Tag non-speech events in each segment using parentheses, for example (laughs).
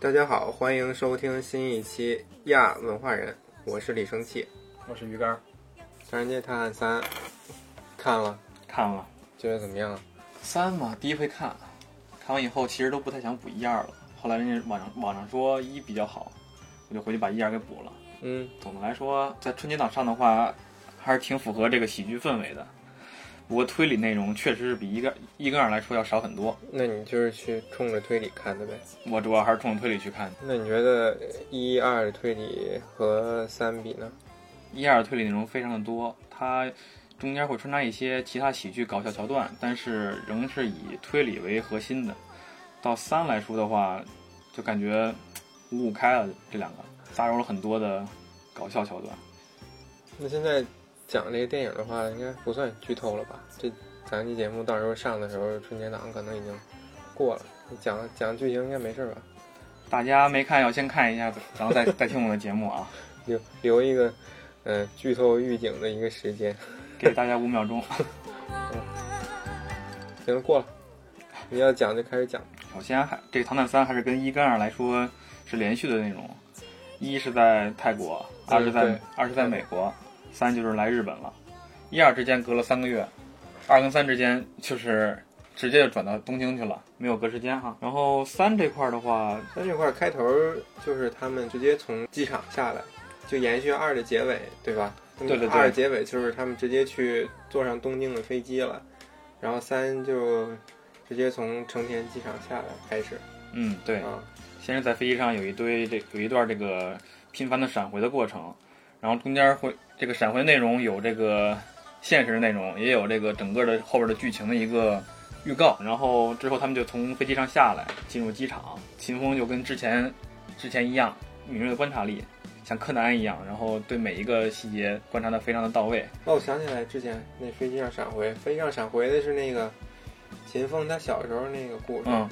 大家好，欢迎收听新一期《亚文化人》，我是李生气。我是鱼竿， 《唐人街探案三》看了，看了觉得怎么样？啊三嘛，第一回看，看完以后其实都不太想补一二了。后来人家网上网上说一比较好，我就回去把一二给补了。嗯，总的来说，在春节档上的话，还是挺符合这个喜剧氛围的。不过推理内容确实是比一个一跟二来说要少很多。那你就是去冲着推理看的呗？我主要还是冲着推理去看的，那你觉得一二的推理和三比呢？一二推理内容非常的多，它中间会穿插一些其他喜剧搞笑桥段，但是仍是以推理为核心的。到三来说的话，就感觉五五开了，这两个杂糅了很多的搞笑桥段。那现在讲这个电影的话，应该不算剧透了吧？这咱这节目到时候上的时候，春节档可能已经过了。你讲讲剧情应该没事吧？大家没看要先看一下，然后再 (laughs) 再听我们的节目啊，留留一个，嗯、剧透预警的一个时间。给大家五秒钟。行了，过了。你要讲就开始讲。首先还这个《唐探三》还是跟一跟二来说是连续的内容，一是在泰国，对二是在对二是在美国，三就是来日本了。一二之间隔了三个月，二跟三之间就是直接就转到东京去了，没有隔时间哈。然后三这块儿的话，三这块儿开头就是他们直接从机场下来，就延续二的结尾，对吧？对对对二结尾就是他们直接去坐上东京的飞机了，然后三就直接从成田机场下来开始嗯，对，啊。先是在飞机上有一堆这有一段这个频繁的闪回的过程，然后中间会这个闪回内容有这个现实的内容，也有这个整个的后边的剧情的一个预告。然后之后他们就从飞机上下来，进入机场。秦风就跟之前之前一样，敏锐的观察力，像柯南一样，然后对每一个细节观察的非常的到位。哦，我想起来之前那飞机上闪回，飞机上闪回的是那个秦风他小时候那个故事，嗯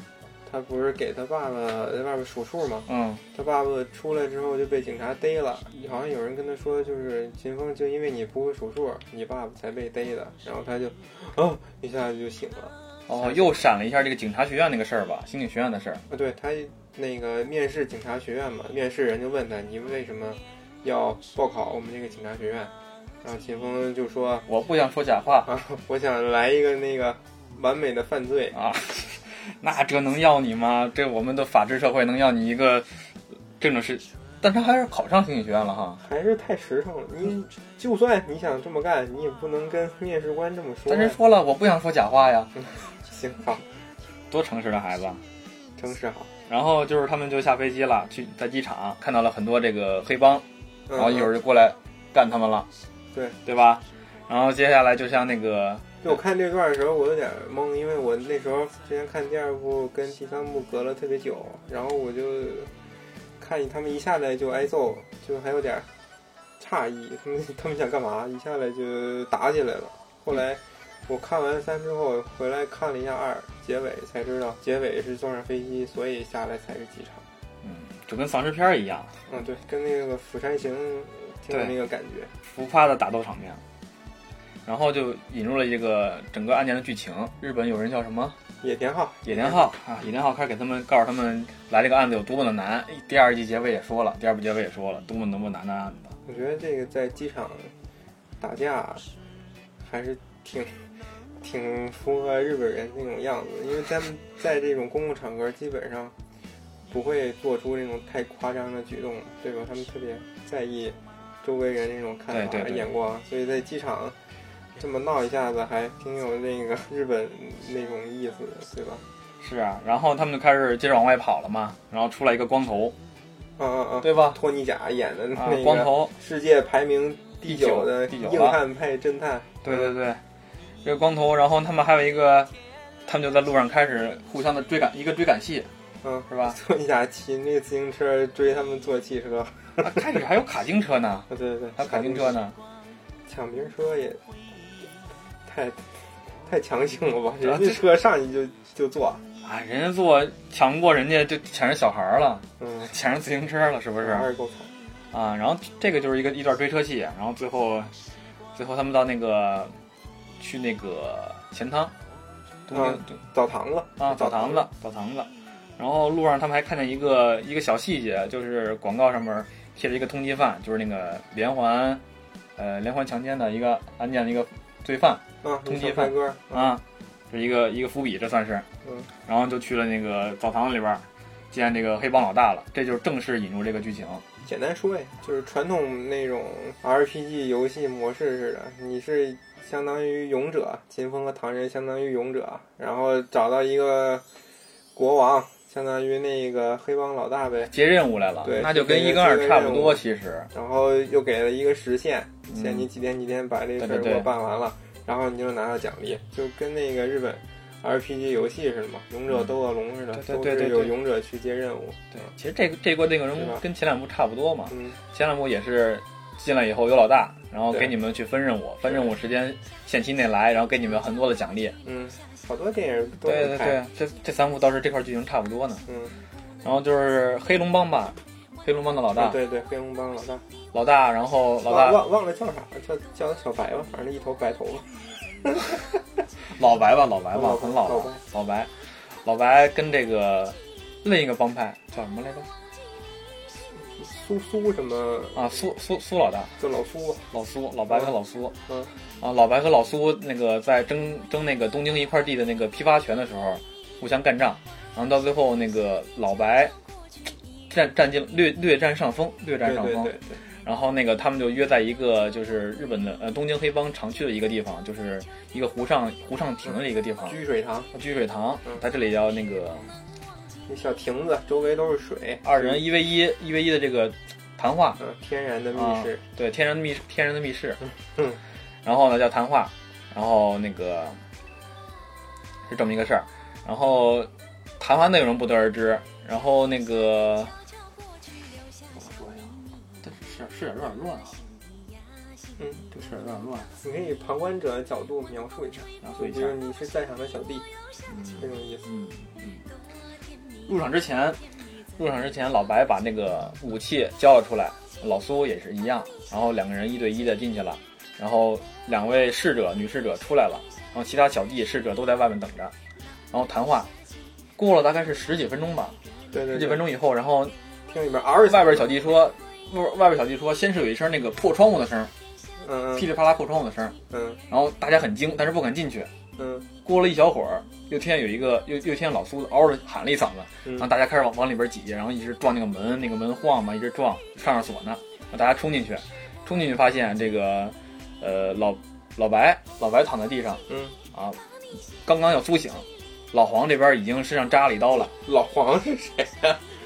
他不是给他爸爸他爸爸数数吗？嗯，他爸爸出来之后就被警察逮了，好像有人跟他说，就是秦风就因为你不会数数，你爸爸才被逮的。然后他就，哦，一下子就醒了。哦，又闪了一下这个警察学院那个事儿吧，刑警学院的事儿。啊，对他那个面试警察学院嘛，面试人就问他，你为什么要报考我们这个警察学院？然后秦风就说，我不想说假话啊，我想来一个那个完美的犯罪。啊，那这能要你吗？这我们的法治社会能要你一个这种事？但他还是考上刑警学院了哈。还是太实诚了，你就算你想这么干，你也不能跟面试官这么说但呀。是说了，我不想说假话呀，行好，多诚实的孩子啊。诚实好。然后就是他们就下飞机了，去在机场看到了很多这个黑帮，嗯然后一会儿就过来干他们了，对对吧？然后接下来就像那个就我看这段的时候，我有点懵，因为我那时候之前看第二部跟第三部隔了特别久，然后我就看他们一下来就挨揍，就还有点诧异，他们他们想干嘛？一下来就打起来了。后来我看完三之后回来看了一下二结尾，才知道结尾是坐上飞机，所以下来才是机场。嗯，就跟丧尸片儿一样，嗯，对，跟那个《釜山行》挺有那对个感觉。浮夸的打斗场面，然后就引入了这个整个案件的剧情。日本有人叫什么？野田昊，野田昊啊，野田昊开始给他们告诉他们来这个案子有多么的难。第二季结尾也说了，第二部结尾也说了，多么多么难的案子。我觉得这个在机场打架还是挺挺符合日本人那种样子，因为他们在这种公共场合基本上不会做出那种太夸张的举动，对吧？他们特别在意周围人那种看法、对对对眼光，所以在机场这么闹一下子，还挺有那个日本那种意思的，对吧？是啊，然后他们就开始接着往外跑了嘛，然后出来一个光头，啊啊啊！哦对吧？托尼贾演的 (laughs) 啊那，光个头，世界排名第九的第九硬汉派侦探，对对对，这个光头，然后他们还有一个，他们就在路上开始互相的追赶，一个追赶戏嗯。是吧？坐一下骑那自行车追他们坐汽车， (laughs) 啊啊，开始还有卡丁车呢，对对对，还有卡丁车呢，抢别人车也太太强行了吧？啊人家车上去就就坐，啊，人家坐抢不过人家就抢人小孩儿了，嗯，抢人自行车了，是不是？还是够惨。啊，然后这个就是一个一段追车戏，然后最后，最后他们到那个去那个钱汤，东京澡堂子啊啊澡堂子澡堂子，然后路上他们还看见一个一个小细节，就是广告上面贴了一个通缉犯，就是那个连环，呃，连环强奸的一个案件的一个罪犯啊，通小缉帅犯哥，啊，是一个一个伏笔，这算是。嗯。然后就去了那个澡堂子里边儿，见这个黑帮老大了，这就是正式引入这个剧情。简单说呀，就是传统那种 RPG 游戏模式似的，你是相当于勇者，秦风和唐人相当于勇者，然后找到一个国王，相当于那个黑帮老大呗，接任务来了对，那就跟接一跟二接任务差不多，其实。然后又给了一个时限，嗯限你几天几天把这个事对儿对给对我办完了，然后你就拿到奖励，就跟那个日本 RPG 游戏似的嘛，勇者斗恶龙似的，对对嗯对都对是对有勇者去接任务，对，其实这个这波内容是吧跟前两部差不多嘛，嗯，前两部也是进来以后有老大，然后对给你们去分任务，分任务时间限期内来，然后给你们很多的奖励。嗯，好多电影都对能对拍，对，这这三部倒是这块剧情差不多呢。嗯，然后就是黑龙帮吧，黑龙帮的老大，对对，黑龙帮老大。老大，然后老忘大忘忘了叫啥，了，叫叫他小白吧，反正一头白头发。老白吧，老白吧老，白很老老了白，老白，老白跟这个另一个帮派叫什么来着？苏苏什么，啊，苏苏苏老大，就老苏吧。老苏，老白和老苏，嗯，啊，老白和老苏那个在争争那个东京一块地的那个批发权的时候，互相干仗，然后到最后那个老白占占尽略略占上风，略占对上对风，对对，然后那个他们就约在一个就是日本的呃东京黑帮常去的一个地方，就是一个湖上湖上亭的一个地方，嗯居水塘，居水堂嗯，在这里叫那个那小亭子周围都是水，二人一 v 一一 v 一的这个谈话，嗯，天然的密啊室，对，天然的密天然的密室，嗯，然后呢叫谈话，然后那个是这么一个事儿，然后谈话内容不得而知，然后那个怎么说呀？这是是有点乱啊，嗯，这事儿有点乱，你可以旁观者的角度描述一下，然后就一比下，如你是在场的小弟这嗯种意思。嗯嗯，入场之前，入场之前老白把那个武器交了出来，老苏也是一样，然后两个人一对一的进去了，然后两位侍者女侍者出来了，然后其他小弟侍者都在外面等着，然后谈话。过了大概是十几分钟吧，对对，对十几分，钟以后，然后听里边嗷一下外边小弟说，外外边小弟说，先是有一声那个破窗户的声，嗯噼里啪啦破窗户的声，嗯然后大家很惊，但是不敢进去。嗯过了一小会儿，又听见有一个又又听见老苏嗷的喊了一嗓子，嗯然后大家开始往往里边挤，然后一直撞那个门，那个门晃嘛，一直撞，上上锁呢，然后大家冲进去，冲进去发现这个，呃，老老白老白躺在地上嗯，啊，刚刚要苏醒，老黄这边已经身上扎了一刀了，老黄是谁？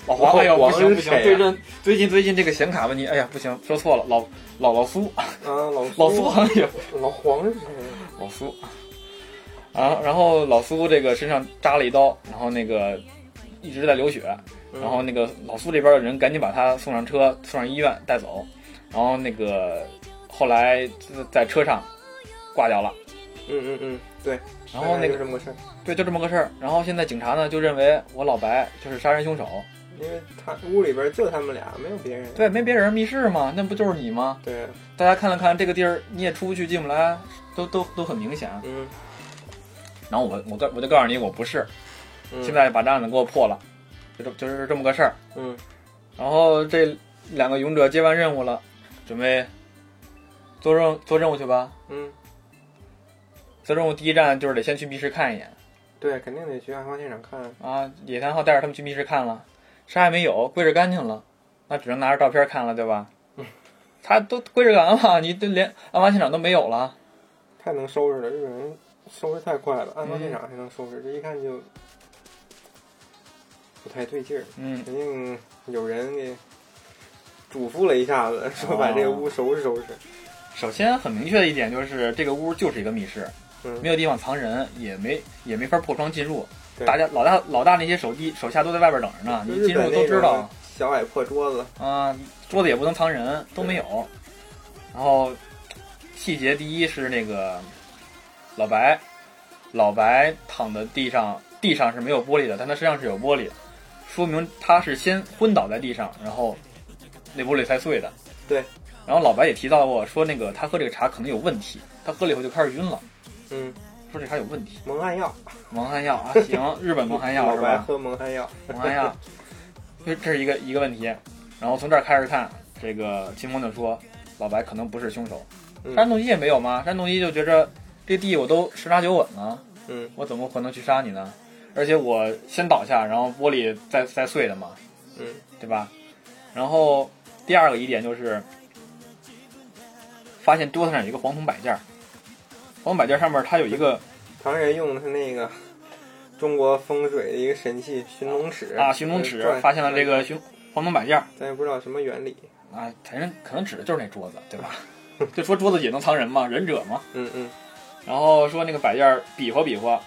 老黄哎呀老黄不行不是行，谁呀对阵最近最近这个显卡问题，哎呀不行，说错了，老老老苏啊， (laughs) 老老苏好像也老黄是谁？老苏啊，然后老苏这个身上扎了一刀，然后那个一直在流血，嗯然后那个老苏这边的人赶紧把他送上车，送上医院带走，然后那个后来在在车上挂掉了，嗯嗯嗯，对，然后那大概就个这么个事儿，对，就这么个事儿。然后现在警察呢就认为我老白就是杀人凶手，因为他屋里边就他们俩，没有别人。对，没别人密室嘛，那不就是你吗？对，大家看了看这个地儿，你也出不去进不来，都都都很明显。嗯，然后我我告我就告诉你我不是，嗯现在把这案子给我破了，就这就是这么个事儿。嗯然后这两个勇者接完任务了，准备做任做任务去吧。嗯，做任务第一站就是得先去密室看一眼对，肯定得去案发现场看。啊！野田浩带着他们去密室看了，啥也没有，归置干净了，那只能拿着照片看了，对吧？嗯他都归置完了，你这连案发现场都没有了。太能收拾了，日本人收拾太快了，案发现场还能收拾，这一看就不太对劲儿，嗯，肯定有人给嘱咐了一下哦子，说把这个屋收拾收拾。首先很明确的一点就是这个屋就是一个密室，嗯没有地方藏人，也没也没法破窗进入。对大家老大老大那些手弟手下都在外边等着呢，你就进日本入都那知种道。小矮破桌子，啊，桌子也不能藏人，都没有。然后细节第一是那个老白，老白躺在地上，地上是没有玻璃的，但他身上是有玻璃，说明他是先昏倒在地上，然后那玻璃才碎的。对。然后老白也提到过，说那个他喝这个茶可能有问题，他喝了以后就开始晕了，嗯说这还有问题。蒙汗药，蒙汗药啊，行，日本蒙汗药老是白吧？喝蒙汗药，蒙汗药，这这是一个一个问题。然后从这儿开始看，这个秦风就说老白可能不是凶手。嗯山洞一也没有吗？山洞一就觉着这地我都十拿九稳了，嗯，我怎么可能去杀你呢？而且我先倒下，然后玻璃再再碎的嘛，嗯，对吧？然后第二个疑点就是发现桌子上有一个黄铜摆件儿，黄铜摆件儿上面它有一个唐人用的是那个中国风水的一个神器寻龙尺啊寻龙尺，发现了这，个寻黄铜摆件儿转咱也不知道什么原理，啊，反正可能指的就是那桌子，对吧？ (laughs) 就说桌子也能藏人嘛，忍者嘛。嗯嗯然后说那个摆件儿比划比划，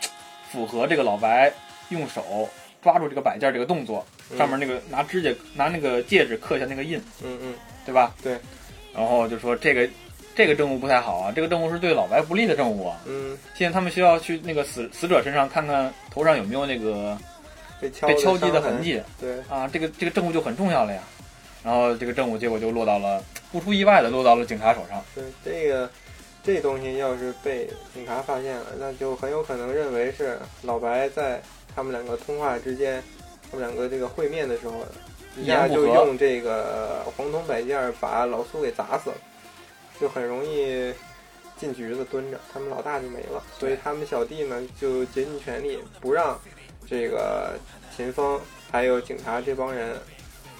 符合这个老白用手抓住这个摆件儿这个动作，嗯上面那个拿指甲拿那个戒指刻下那个印，嗯嗯，对吧？对。然后就说这个这个证物不太好啊，这个证物是对老白不利的证物啊。嗯，现在他们需要去那个死死者身上看看头上有没有那个被敲被敲击的伤痕，迹对，啊，这个这个证物就很重要了呀。然后这个证物结果就落到了不出意外的落到了警察手上。对这个这东西要是被警察发现了，那就很有可能认为是老白在他们两个通话之间，他们两个这个会面的时候，一下就一言不合用这个黄铜摆件儿把老苏给砸死了，就很容易进局子蹲着，他们老大就没了，所以他们小弟呢就竭尽全力不让这个秦风还有警察这帮人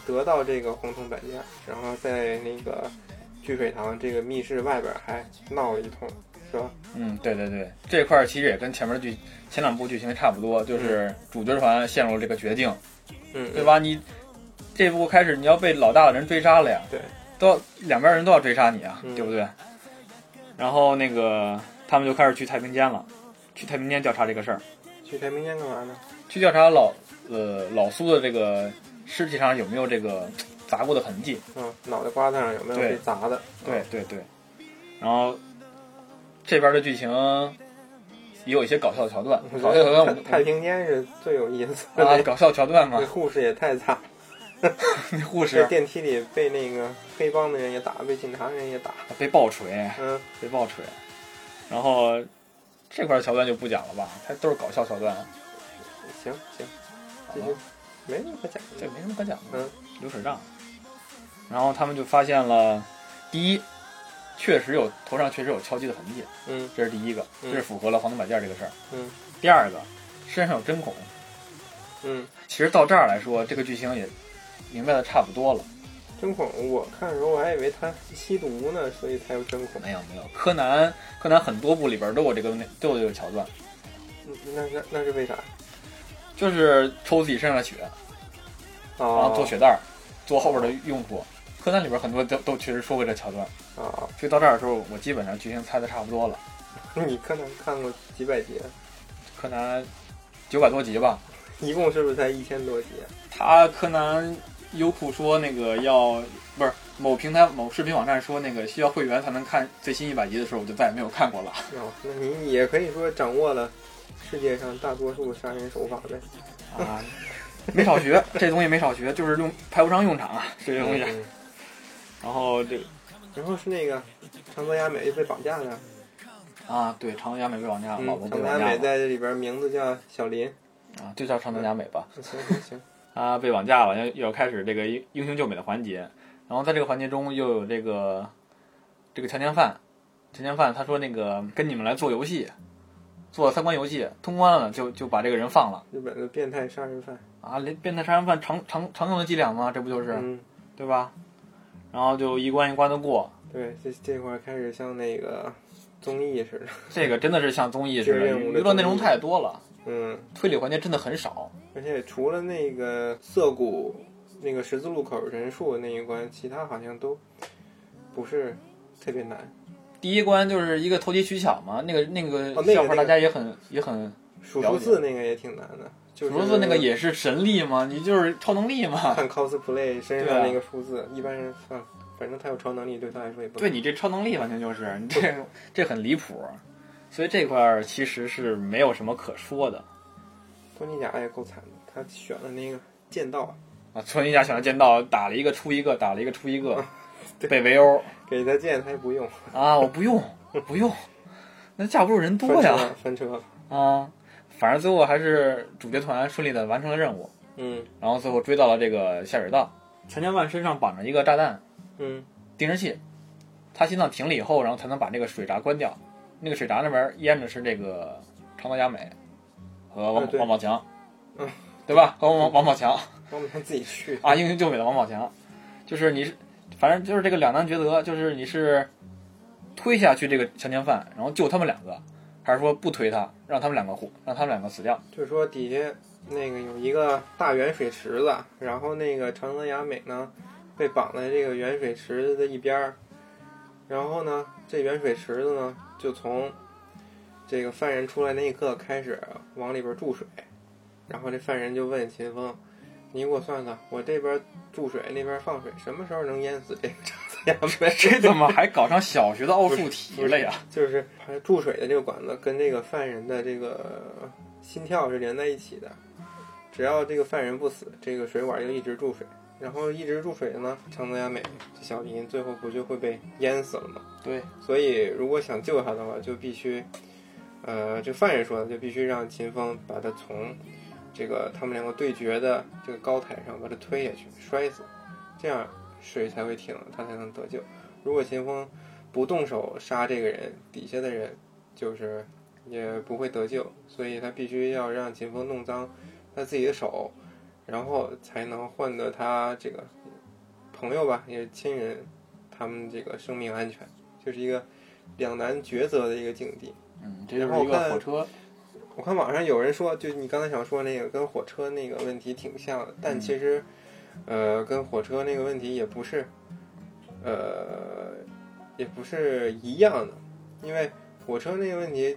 得到这个黄铜摆件儿，然后在那个聚水堂这个密室外边儿还闹了一通，是吧？嗯，对对对，这块儿其实也跟前面剧前两部剧情差不多，就是主角团陷入了这个绝境，嗯，对？吧？你这部开始你要被老大的人追杀了呀，对，都要两边人都要追杀你啊，嗯对不对？然后那个他们就开始去太平间了，去太平间调查这个事儿，去太平间干嘛呢？去调查老呃老苏的这个尸体上有没有这个砸过的痕迹，嗯，脑袋瓜子上有没有对被砸的？对对对，然后这边的剧情也有一些搞笑桥段，我觉搞笑桥段我得嗯们太太平间是最有意思的。啊，搞笑桥段嘛那，护士也太惨， (laughs) 那护在士电梯里被那个黑帮的人也打，被警察人也打。啊被爆锤，嗯被爆锤，然后这块桥段就不讲了吧，它都是搞笑桥段，行行，好这吧就，没什么可讲这的。没什么可讲的，嗯流水账。然后他们就发现了，第一，确实有头上确实有敲击的痕迹，嗯这是第一个，这嗯是符合了黄铜摆件这个事儿。嗯第二个，身上有针孔，嗯，其实到这儿来说，这个剧情也明白的差不多了。针孔，我看的时候我还以为他吸毒呢，所以才有针孔。没有没有，柯南柯南很多部里边都有这个都有这个桥段，嗯那那那是为啥？就是抽自己身上的血，然啊后做血袋儿，做后边的用途。柯南里边很多都都确实说过这桥段，啊！所以到这儿的时候，我基本上剧情猜的差不多了。你柯南看过几百集啊？柯南九百多集吧，一共是不是才一千多集啊？他柯南优酷说那个要不是某平台某视频网站说那个需要会员才能看最新一百集的时候，我就再也没有看过了。哦，那你也可以说掌握了世界上大多数杀人手法呗。啊，没少学，这东西没少学，就是用派不上用场啊，这些东西。嗯然后这个然后是那个长泽雅美就被绑架了，啊，对，长泽雅美被绑架了，嗯啊老婆被长泽绑雅架美了在这里边名字叫小 (laughs) 林。啊，就叫长泽雅美吧。行行行，啊，被绑架了，要要开始这个英英雄救美的环节。然后在这个环节中，又有这个这个强奸犯，强奸犯他说那个跟你们来做游戏，做三关游戏，通关了就就把这个人放了日本的变态杀人犯。啊！连变态杀人犯常常常用的伎俩吗？这不就是、嗯，对吧？然后就一关一关的过，对，这这块儿开始像那个综艺似的。这个真的是像综艺似这的，是任务的娱乐内综容艺太多了，嗯，推理环节真的很少。而且除了那个涩谷那个十字路口人数那一关，其他好像都不是特别难。第一关就是一个投机取巧嘛，那个那个哦那个笑话那个大家也很、也很数数字那个也挺难的，就是数字那个也是神力嘛，你就是超能力嘛。看 cosplay 身对啊上那个数字，一般人算，反正他有超能力，对他来说也不对你这超能力完全就是你这这很离谱，所以这块儿其实是没有什么可说的托尼贾也够惨的，他选的那个剑道啊。村一家选了剑道，打了一个出一个，打了一个出 (laughs) 一个，被围殴给他剑他也不用，啊！我不用，我不用，那架不住人多翻呀车，翻车，啊！反正最后还是主角团顺利的完成了任务，嗯然后最后追到了这个下水道，陈家万身上绑着一个炸弹嗯定时器，他心脏停了以后，然后才能把这个水闸关掉。那个水闸那边淹着是这个长岛雅美和王、啊对王宝强，嗯， (laughs) 对吧？和王王宝强。我们还自己去，啊，英雄救美的王宝强，就是你是，反正就是这个两难抉择，就是你是推下去这个强奸犯，然后救他们两个，还是说不推他，让他们两个活，让他们两个死掉？ (laughs) 就是说底下那个有一个大圆水池子，然后那个长泽雅美呢被绑在这个圆水池子的一边儿，然后呢这圆水池子呢就从这个犯人出来那一刻开始往里边注水，然后这犯人就问秦风：“你给我算算，我这边注水，那边放水，什么时候能淹死这个长泽雅美？” (laughs) 这怎么还搞上小学的奥数题了呀？就是还注水的这个管子跟这个犯人的这个心跳是连在一起的，只要这个犯人不死，这个水管就一直注水，然后一直注水的呢，长泽雅美这小林最后不就会被淹死了吗？对，所以如果想救他的话，就必须，呃，这犯人说的，就必须让秦风把他从这个他们两个对决的这个高台上把他推下去，摔死，这样水才会停，他才能得救。如果秦风不动手杀这个人，底下的人就是也不会得救，所以他必须要让秦风弄脏他自己的手，然后才能换得他这个朋友吧，也是亲人，他们这个生命安全，就是一个两难抉择的一个境地。嗯，这就是一个火车，我看网上有人说，就你刚才想说那个跟火车那个问题挺像的，但其实，呃，跟火车那个问题也不是，呃，也不是一样的，因为火车那个问题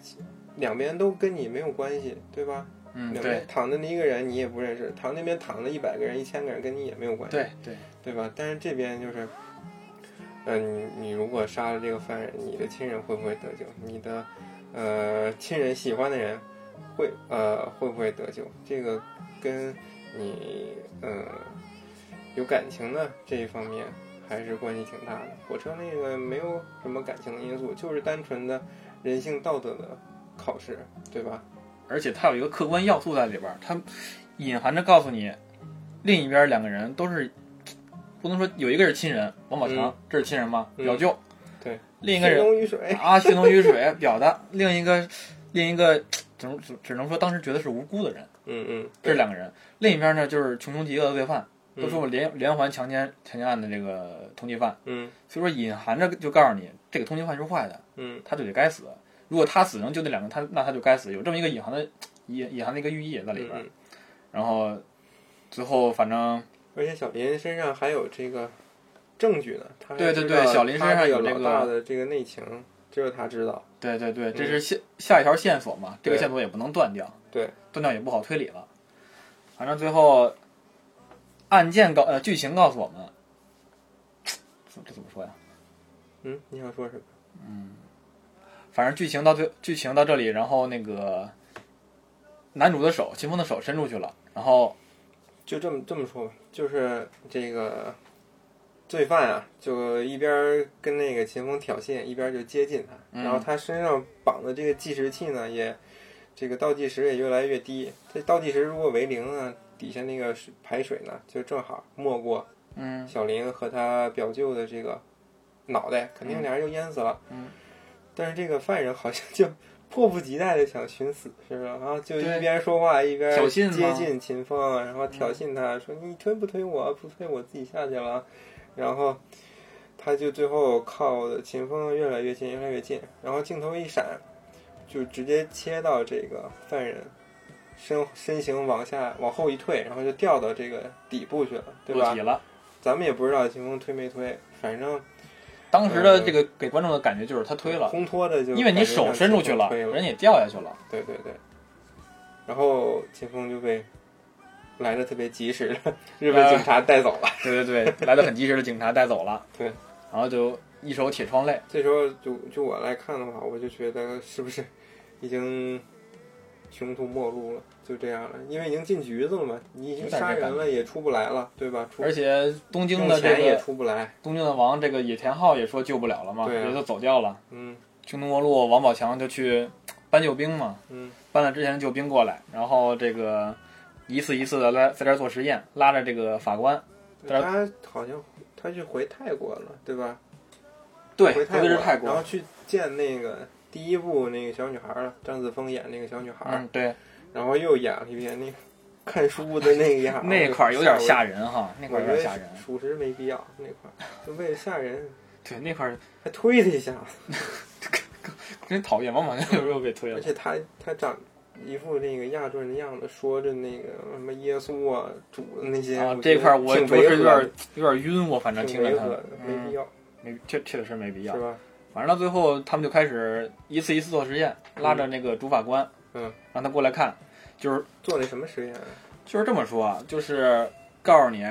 两边都跟你没有关系，对吧？嗯，两对边躺着那一个人你也不认识，躺那边躺着一百个人、一千个人跟你也没有关系，对对，对吧？但是这边就是，呃，你你如果杀了这个犯人，你的亲人会不会得救？你的呃亲人喜欢的人会呃会不会得救？这个跟你呃有感情的这一方面还是关系挺大的。火车那个没有什么感情的因素，就是单纯的人性道德的考试，对吧？而且它有一个客观要素在里边儿，它隐含着告诉你，另一边两个人都是，不能说有一个是亲人，王宝强、嗯这是亲人吧，嗯表舅，对，另一个人血浓于水，啊，血浓于水，表达另一个，另一个只能只只能说当时觉得是无辜的人，嗯嗯，这是两个人。另一边呢，就是穷凶极恶的罪犯，嗯都是我们连连环强奸强奸案的这个通缉犯，嗯所以说隐含着就告诉你，这个通缉犯是坏的，嗯他就得该死。如果他死能救那两个，他那他就该死，有这么一个隐含的隐隐含的一个寓意也在里边儿。嗯然后最后反正而且小林身上还有这个证据呢，他还对对知道对小林身上有他这这个老大的这个内情，只有他知道。对对对，这嗯是下下一条线索嘛，这个对线索也不能断掉，对，断掉也不好推理了。反正最后案件告呃剧情告诉我们，这这怎么说呀？嗯，你想说什么？反正剧情到最剧情到这里，然后那个男主的手，秦风的手伸出去了，然后就这么这么说吧，就是这个罪犯啊，就一边跟那个秦风挑衅，一边就接近他，嗯然后他身上绑的这个计时器呢，也这个倒计时也越来越低。这倒计时如果为零呢，底下那个水排水呢，就正好没过嗯小林和他表舅的这个脑袋，肯定俩人就淹死了。嗯但是这个犯人好像就迫不及待的想寻死似的，然后就对一边说话一边挑衅嘛接近秦风，然后挑衅他说：“你推不推我？不推我自己下去了。”然后他就最后靠的秦风越来越近，越来越近，然后镜头一闪，就直接切到这个犯人。身身形往下往后一退，然后就掉到这个底部去了，对吧落？体了。咱们也不知道秦风推没推，反正当时嗯的这个给观众的感觉就是他推了，烘托着就因为你手伸出去了，了，推人也掉下去 (laughs) 了。对对对。然后秦风就被来的特别及时的日啊本警察带走了。对对对，来的很及时的警察带走了。 (laughs) 对，然后就一手铁窗泪。这时候就就我来看的话，我就觉得是不是已经穷途末路了，就这样了，因为已经进局子了嘛，你已经杀人了也出不来了，对吧？出而且东京用的这钱也个出不来，东京的王这个野田昊也说救不了了嘛，对啊也就走掉了。嗯，匈奴末路王宝强就去搬救兵嘛，嗯搬了之前的救兵过来，然后这个一次一次的来在这儿做实验，拉着这个法官，但他好像他是回泰国了，对吧？对，回回泰的是国，泰然国后，去见那个第一部那个小女孩了，张子枫演那个小女孩，嗯，对，，然后又演了一遍那个看书的那个样 (laughs) 那块儿有点吓人哈，那我就，块儿我有觉得点吓人，属实没必要，那块儿就为了吓人对，那块儿还推他一下，真讨厌，王宝强有时候被推而了，且他他长一副那个亚洲人的样子，说着那个什么耶稣啊、主的那些，啊，我这觉得块儿我挺着违实有和点的儿有点晕，我反正挺听着违他嗯和，的，没必要，没确确实没必要是。吧？反正到最后，他们就开始一次一次做实验，拉着那个主法官，嗯，让他过来看，就是做了什么实验啊？就是这么说啊，就是告诉你，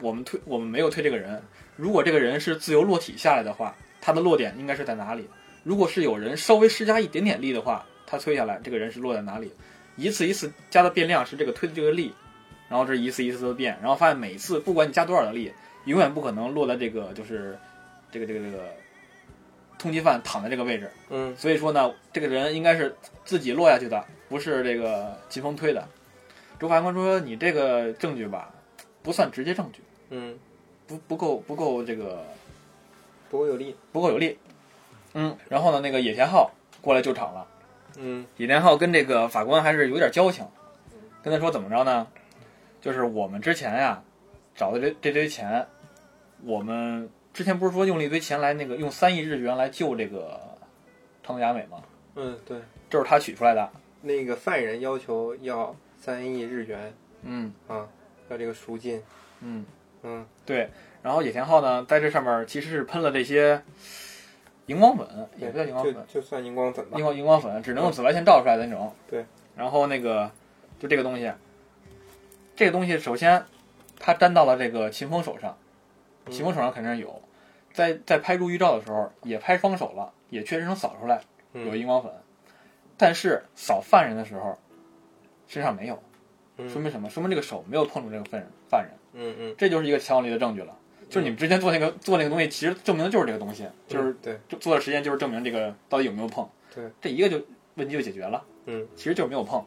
我们推我们没有推这个人，如果这个人是自由落体下来的话，他的落点应该是在哪里？如果是有人稍微施加一点点力的话，他推下来，这个人是落在哪里？一次一次加的变量是这个推的这个力，然后这一次一次的变，然后发现每次不管你加多少的力，永远不可能落在这个就是这个这个这个通缉犯躺在这个位置。嗯所以说呢，这个人应该是自己落下去的，不是这个秦风推的。周法官说：“你这个证据吧，不算直接证据，嗯，不不够不够这个不够有力，不够有力。”嗯，然后呢，那个野田昊过来救场了。嗯野田昊跟这个法官还是有点交情，跟他说怎么着呢？就是我们之前呀、找的这这堆钱，我们之前不是说用了一堆钱来那个用三亿日元来救这个汤雅美吗？嗯，对。这是他取出来的。那个犯人要求要三亿日元嗯，啊，要这个赎金。嗯嗯，对。然后野田昊呢，在这上面其实是喷了这些荧光粉，也不叫荧光就粉，就算荧光粉吧荧。光荧光粉只能用紫外线照出来的那种。对。然后那个就这个东西，这个东西首先它沾到了这个秦风手上，嗯秦风手上肯定是有，在在拍入狱照的时候也拍双手了，也确实能扫出来有嗯荧光粉，但是扫犯人的时候身上没有，嗯说明什么？说明这个手没有碰触这个犯人犯人。嗯嗯，这就是一个强有力的证据了。就是你们之前做那个做那个东西，其实证明的就是这个东西，就是嗯对，就做的实验就是证明这个到底有没有碰。对，这一个就问题就解决了。嗯，其实就是没有碰。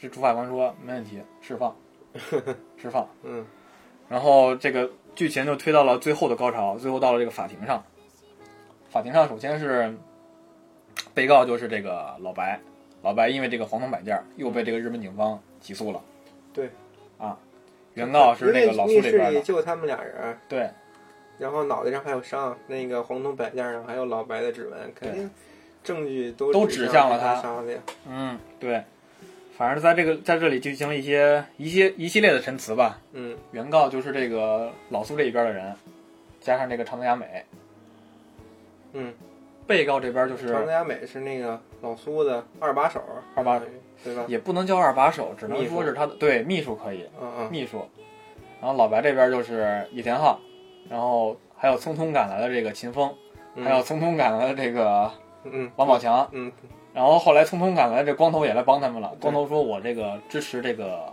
是主法官说没问题，释 (laughs) 放，释放。嗯然后这个剧情就推到了最后的高潮，最后到了这个法庭上。法庭上首先是被告就是这个老白，老白因为这个黄铜摆件儿又被这个日本警方起诉了。对，啊，原告是这个老苏因这为密边室的里，就他们俩人，对。然后脑袋上还有伤，那个黄铜摆件上还有老白的指纹，肯定证据都都指指向了是他他杀的呀。嗯，对，反正在这个在这里进行了一些一些一系列的陈词吧。嗯原告就是这个老苏这一边的人，加上这个长泽雅美，嗯，被告这边就长是泽雅美是那个老苏的二把手，二把手，对吧？也不能叫二把手，只能秘书说是他的对秘书可以嗯嗯秘书。然后老白这边就是野田昊，然后还有匆匆赶来的这个秦风，嗯，还有匆匆赶来的这个嗯王宝强。嗯然后后来匆匆赶来的这光头也来帮他们了。光头说：“我这个支持这个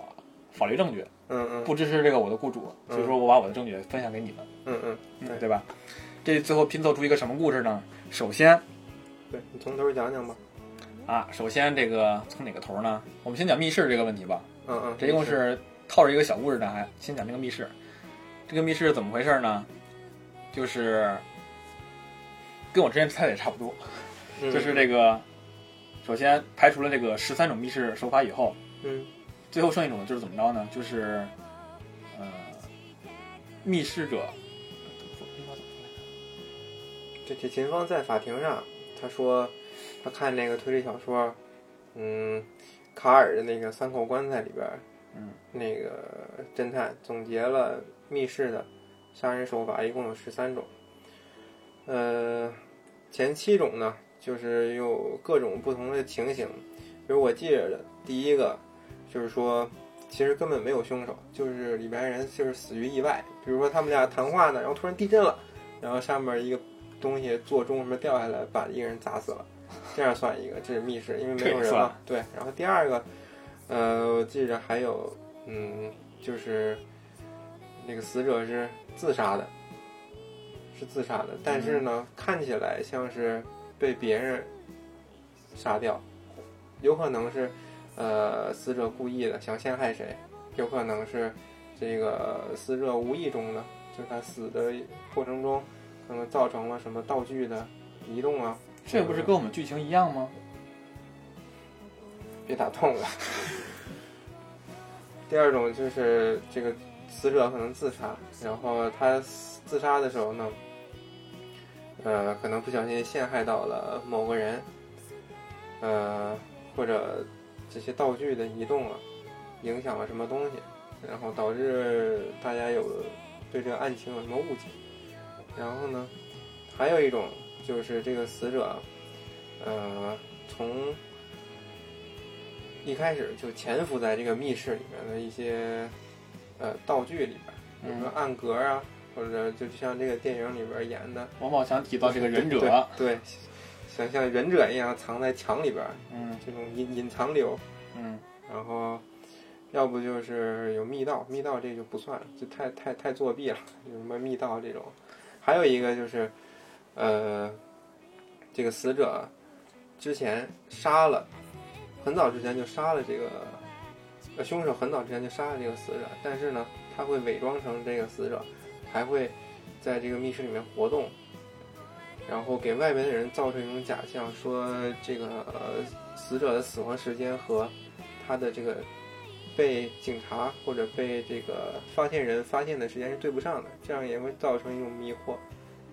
法律证据。”嗯嗯不支持这个我的雇主，嗯所以说我把我的证据分享给你们，嗯嗯，对对吧？这最后拼凑出一个什么故事呢？首先对你从头讲讲吧。啊，首先这个从哪个头呢？我们先讲密室这个问题吧。嗯嗯，这一共是套着一个小故事呢，还先讲这个密室。这个密室是怎么回事呢？就是跟我之前猜的也差不多，嗯就是这个，首先排除了这个十三种密室手法以后，嗯最后剩一种就是怎么着呢？就是，呃，密室者，怎么说？应该怎么说来着？这这秦芳在法庭上，他说他看那个推理小说，嗯，卡尔的那个《三口棺材》里边，嗯，那个侦探总结了密室的杀人手法，一共有十三种。呃，前七种呢，就是有各种不同的情形，比如我记着的第一个就是说。其实根本没有凶手，就是里边人就是死于意外。比如说他们俩谈话呢，然后突然地震了，然后上面一个东西座钟什么掉下来，把一个人砸死了，这样算一个，这是密室，因为没有这也人算了。对，然后第二个，呃，我记着还有，嗯，就是那个死者是自杀的，是自杀的，但是呢，看起来像是被别人杀掉，有可能是呃死者故意的想陷害谁，有可能是这个死者无意中的，就是他死的过程中可能造成了什么道具的移动啊。这不是跟我们剧情一样吗？别打痛我。第二种就是这个死者可能自杀，然后他死自杀的时候呢，呃，可能不小心陷害到了某个人，呃，或者这些道具的移动啊，影响了什么东西，然后导致大家有对这个案情有什么误解。然后呢，还有一种就是这个死者，呃，从一开始就潜伏在这个密室里面的一些呃道具里边，比如嗯说暗格啊，或者就像这个电影里边演的王宝强提到这个忍者，对，对像像忍者一样藏在墙里边儿嗯这种隐隐藏流，嗯，然后要不就是有密道，密道这就不算了，就太太太作弊了，有什么密道这种，还有一个就是呃，这个死者之前杀了，很早之前就杀了这个，呃，凶手很早之前就杀了这个死者，但是呢，他会伪装成这个死者，还会在这个密室里面活动，然后给外面的人造成一种假象，说这个呃死者的死亡时间和他的这个被警察或者被这个发现人发现的时间是对不上的，这样也会造成一种迷惑，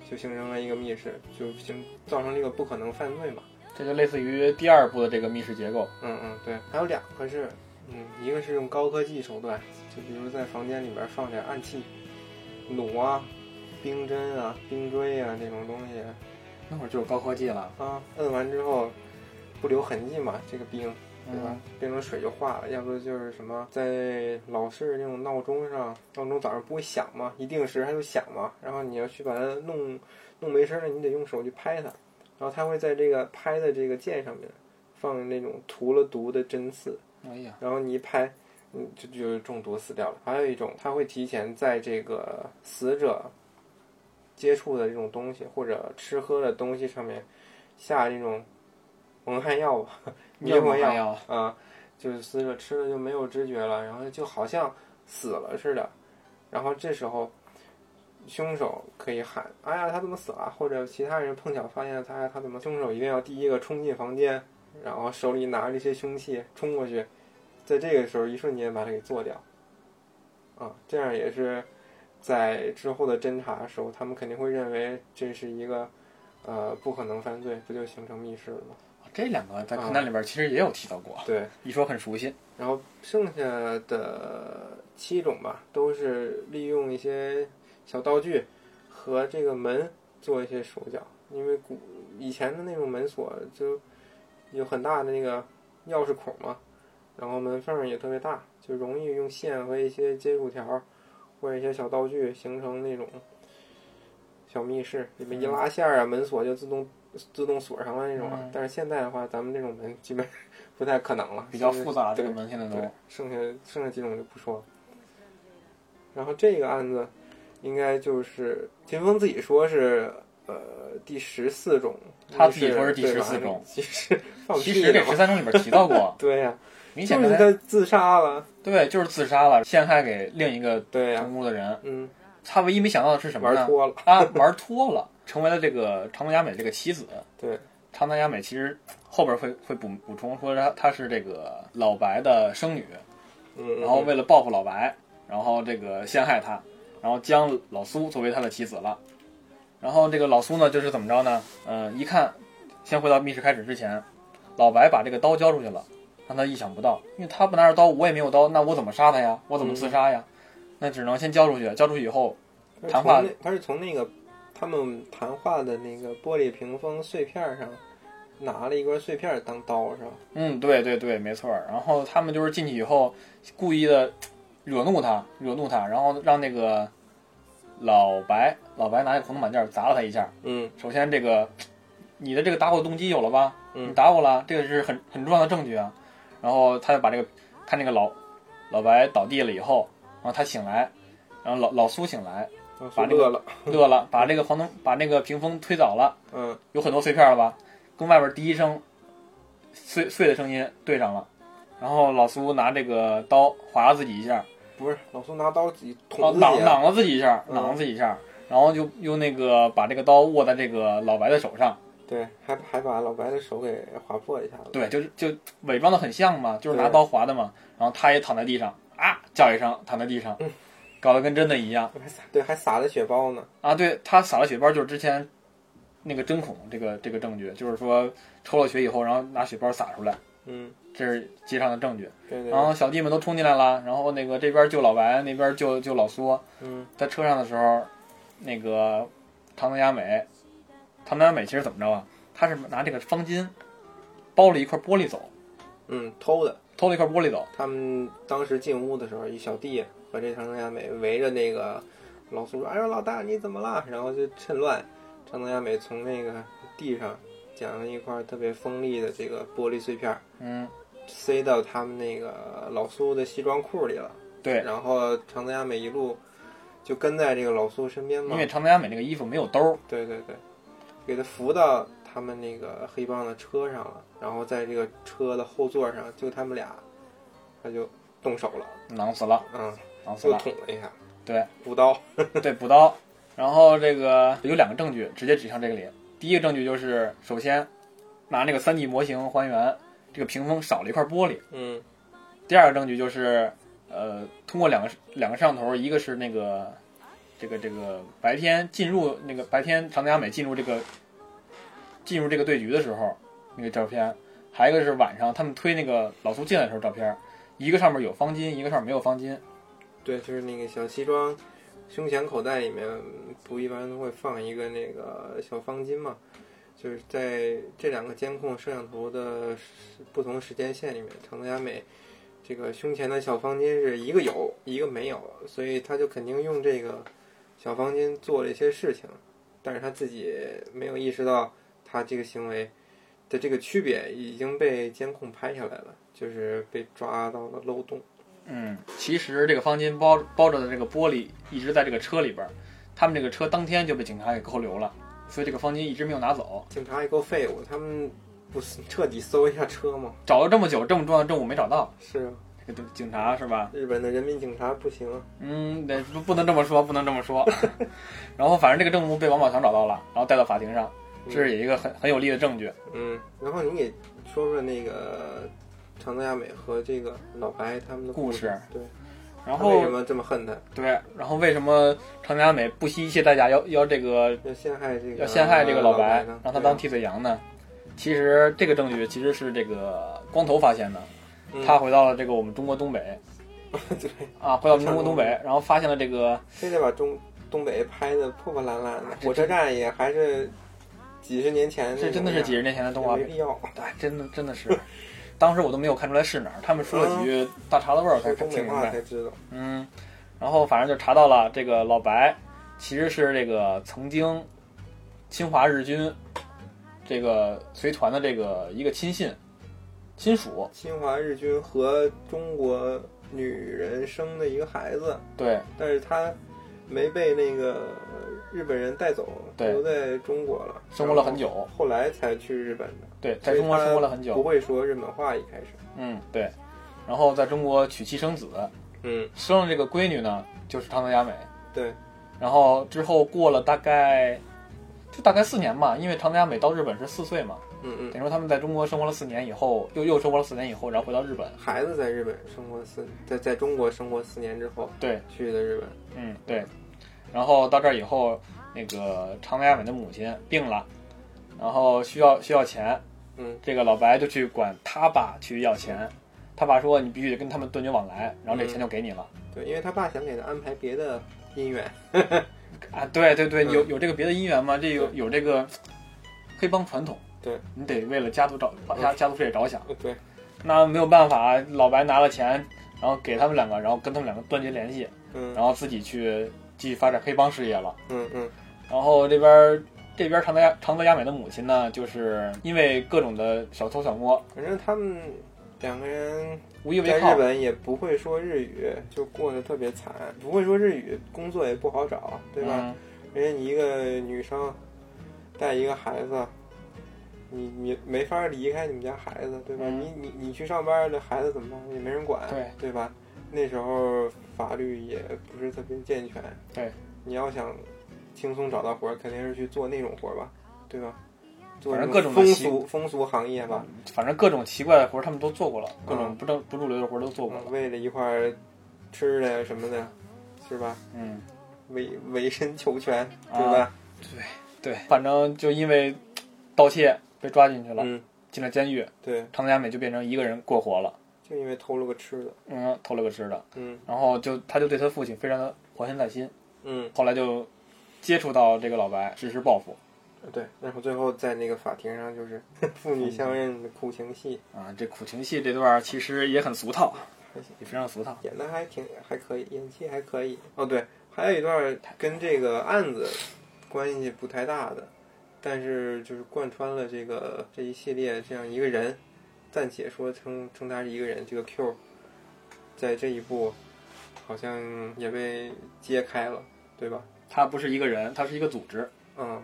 就形成了一个密室，就形造成了一个不可能犯罪嘛。这就类似于第二部的这个密室结构。嗯嗯，对，还有两个是，嗯，一个是用高科技手段，就比如在房间里边放点暗器，弩啊、冰针啊、冰锥啊这种东西，那会儿就是高科技了，啊，摁完之后不留痕迹嘛，这个冰，对嗯吧？变成水就化了，要不就是什么在老式那种闹钟上，闹钟早上不会响嘛，一定时它就响嘛，然后你要去把它弄弄没声了，你得用手去拍它，然后它会在这个拍的这个键上面放那种涂了毒的针刺，哎 (laughs) 呀，然后你一拍，嗯，就就中毒死掉了。还有一种，它会提前在这个死者接触的这种东西或者吃喝的东西上面下这种蒙汗药吧，灭灭活火药药，啊，就是死者吃了就没有知觉了，然后就好像死了似的。然后这时候，凶手可以喊：“哎呀，他怎么死了？”或者其他人碰巧发现了他，他怎么？凶手一定要第一个冲进房间，然后手里拿着一些凶器冲过去，在这个时候一瞬间把他给做掉。啊，这样也是在之后的侦查的时候，他们肯定会认为这是一个呃不可能犯罪，不就形成密室了吗？这两个在柯南里边其实也有提到过，对，一说很熟悉。然后剩下的七种吧，都是利用一些小道具和这个门做一些手脚，因为古以前的那种门锁就有很大的那个钥匙孔嘛，然后门缝也特别大，就容易用线和呃一些接触条儿或者一些小道具形成那种小密室，里面一拉线儿啊，门锁就自动自动锁上了那种啊。嗯但是现在的话，咱们这种门基本上不太可能了，比较就是复杂，这啊对个门现在都对，剩下剩下几种就不说了。然后这个案子，应该就是秦风自己说是呃第十四种，他自己说是第对吧14 (laughs) 种其 (laughs) 实放其屁实呢，这十三章里边提到过 (laughs) 对呀、明显就刚是才他自杀了，对，就是自杀了，陷害给另一个对呀、同屋的人。嗯，他唯一没想到的是什么玩呢？脱了，他玩脱了，成为了这个长泽雅美这个妻子。对，长泽雅美其实后边会会补补充说她她是这个老白的生女，嗯，然后为了报复老白，然后这个陷害他，然后将老苏作为他的妻子了。然后这个老苏呢，就是怎么着呢？嗯、一看，先回到密室开始之前，老白把这个刀交出去了，让他意想不到，因为他不拿着刀，我也没有刀，那我怎么杀他呀？我怎么自杀呀？那只能先交出去，交出去以后，他是嗯谈话从那他是从那个他们谈话的那个玻璃屏风碎片上拿了一块碎片当刀是吧？嗯，对对对，没错儿。然后他们就是进去以后，故意的惹怒他，惹怒他，然后让那个老白，老白拿一个红铜板凳砸了他一下，嗯首先这个你的这个打我动机有了吧？嗯你打我了，这个是很很重要的证据啊。然后他就把这个看这个老老白倒地了以后，然后他醒来，然后老老苏醒来，啊把那个乐了，乐了，把这个黄灯把那个屏风推倒了，嗯有很多碎片了吧？跟外边第一声碎碎的声音对上了，然后老苏拿这个刀划了自己一下，不是老苏拿刀自己哦，捅自攮己、啊，攮了自己一下，嗯攮了自己一下，然后就用那个把这个刀握在这个老白的手上，对，还还把老白的手给划破一下子。对，就是就伪装的很像嘛，就是拿对刀划的嘛，然后他也躺在地上啊叫一声，躺在地上，嗯搞得跟真的一样还撒对还撒了血包呢，啊！对他撒了血包，就是之前那个针孔这个这个证据，就是说抽了血以后，然后拿血包撒出来，嗯，这是街上的证据。对对，然后小弟们都冲进来了，然后那个这边救老白，那边救救老苏，嗯，在车上的时候，那个唐德雅美，唐德雅美其实怎么着啊？她是拿这个方巾包了一块玻璃走，嗯，偷的。偷了一块玻璃走。他们当时进屋的时候，一小弟和这长泽雅美围着那个老苏说：“哎呦，老大你怎么了？”然后就趁乱，长泽雅美从那个地上捡了一块特别锋利的这个玻璃碎片，嗯，塞到他们那个老苏的西装裤里了。对，然后长泽雅美一路就跟在这个老苏身边嘛因，为唐德雅美那个衣服没有兜，对对对，给他扶到他们那个黑帮的车上了，然后在这个车的后座上，就他们俩，他就动手了，囊死了，嗯。囊死又了。捅了一下，对，补刀，对，补刀。然后这个有两个证据直接指向这个脸。第一个证据就是，首先拿那个 3D 模型还原这个屏风少了一块玻璃。嗯第二个证据就是，呃，通过两个两个摄像头，一个是那个这个这个白天进入那个白天长泽雅美进入这个进入这个对局的时候那个照片，还有一个是晚上他们推那个老苏进来的时候照片，一个上面有方巾，一个上面没有方巾。，对，就是那个小西装，胸前口袋里面不一般都会放一个那个小方巾嘛，就是在这两个监控摄像头的时不同时间线里面，长泽雅美这个胸前的小方巾是一个有一个没有，所以他就肯定用这个小方巾做了一些事情，但是他自己没有意识到他这个行为。的这个区别已经被监控拍下来了，就是被抓到了漏洞。嗯，其实这个方巾包包着的这个玻璃一直在这个车里边儿，他们这个车当天就被警察给扣留了，所以这个方巾一直没有拿走。警察也够废物，他们不是彻底搜一下车吗？找了这么久，这么重要的证物没找到， (laughs) 是啊，这个警察是吧？日本的人民警察不行啊。嗯，对，不不能这么说，不能这么说。然后反正这个证物被王宝强找到了，然后带到法庭上，这是一个很很有力的证据。嗯，然后你给说说那个长泽雅美和这个老白他们的故故事，对，然他为后什么这么恨他？对，然后为什么常佳美不惜一切代价要要这个要陷害这个要陷害这个嗯老白，呢？啊让他当替罪羊呢？其实这个证据其实是这个光头发现的，对啊他回到了这个我们中国东北嗯 (laughs) 对，啊，回到中国东北，然后发现了这个非得把中东北拍的破破烂 (laughs) 烂的，火车站也还是几十年前那种这样，真的是几十年前的动画也片没。必 (laughs) 要。哎，真的真的是，当时我都没有看出来是哪儿，他们说了几句大碴子味儿，我才是嗯东听北明话白。才知道，嗯，然后反正就查到了这个老白其实是这个曾经侵华日军这个随团的这个一个亲信亲属，侵华日军和中国女人生的一个孩子，对但是他没被那个日本人带走，对留在中国了，生活了很，久，后来才去日本的，对，在中国所以他生活了很不久，会说日本话一开始，嗯，对，然后在中国娶妻生子，嗯，生了这个闺女呢，就是汤泽雅美。对，然后之后过了大概就大概四年吧，因为长泽雅美到日本是四岁嘛，嗯等嗯，于说他们在中国生活了四年以后，又又生活了四年以后，然后回到日本。孩子在日本生活四，在在中国生活四年之后对，去的日本，嗯，对。然后到这儿以后，那个长泽雅美的母亲病了，然后需要需要钱，嗯这个老白就去管他爸去要钱。他爸说：“你必须得跟他们断绝往来，然后这嗯钱就给你了。对，因为他爸想给他安排别的姻缘，嗯啊，对对对，有有这个别的姻缘吗？这有有这个黑帮传统，对嗯你得为了家族着家家族事业着想。哦对，那没有办法，老白拿了钱，然后给他们两个，然后跟他们两个断绝联系，嗯然后自己去继续发展黑帮事业了。嗯嗯，然后这边这边长泽雅长泽雅美的母亲呢，就是因为各种的小偷小摸，反正他们两个人无依在为靠日。本也不会说日语，就过得特别惨，不会说日语，工作也不好找，对吧？嗯人家你一个女生带一个孩子，你你没法离开你们家孩子，对吧？嗯你你你去上班了，孩子怎么办？也没人管，对对吧？那时候法律也不是特别健全，对，你要想轻松找到活儿，肯定是去做那种活儿吧，对吧？做反正那各种的风习俗风俗行业吧，嗯反正各种奇怪的活儿他们都做过了，各种嗯不正不入流的活儿都做过了。为了一块儿吃的呀什么的，是吧？嗯，委委身求全，对啊吧？对，反正就因为盗窃被抓进去了，嗯，进了监狱，对，长泽雅美就变成一个人过活了。就因为偷了个吃的，嗯，偷了个吃的，嗯然后就他就对他父亲非常的怀恨在心，嗯，后来就接触到这个老白，实施报复对。然后最后在那个法庭上，就是 (laughs) 父女相认的苦情戏，啊。这苦情戏这段儿其实也很俗套还行，也非常俗套。演的还挺还可以，演技还可以。哦，对，还有一段跟这个案子关系不太大的，但是就是贯穿了这个这一系列这样一个人，暂且说称称他是一个人，这个 Q，在这一部好像也被揭开了，对吧？他不是一个人，他是一个组织。嗯，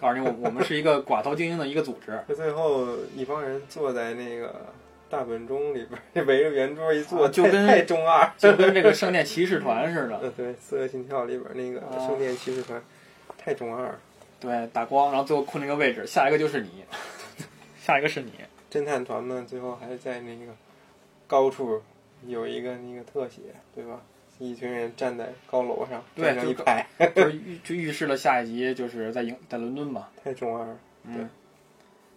告诉你，我我们是一个寡头精英的一个组织。那最后一帮人坐在那个大本钟里边儿，围着圆桌一坐，啊就太跟太中二，就跟这个圣殿骑士团似的，嗯，对，《刺客信条》里边儿那个啊圣殿骑士团，太中二了。对，打光，然后最后控那个位置，下一个就是你， (laughs) 下一个是你，侦探团们最后还在那个高处有一个那个特写，对吧？一群人站在高楼上，对站成一就排，就是预就预示了下一集就是在英在伦敦嘛，太中二了，对嗯，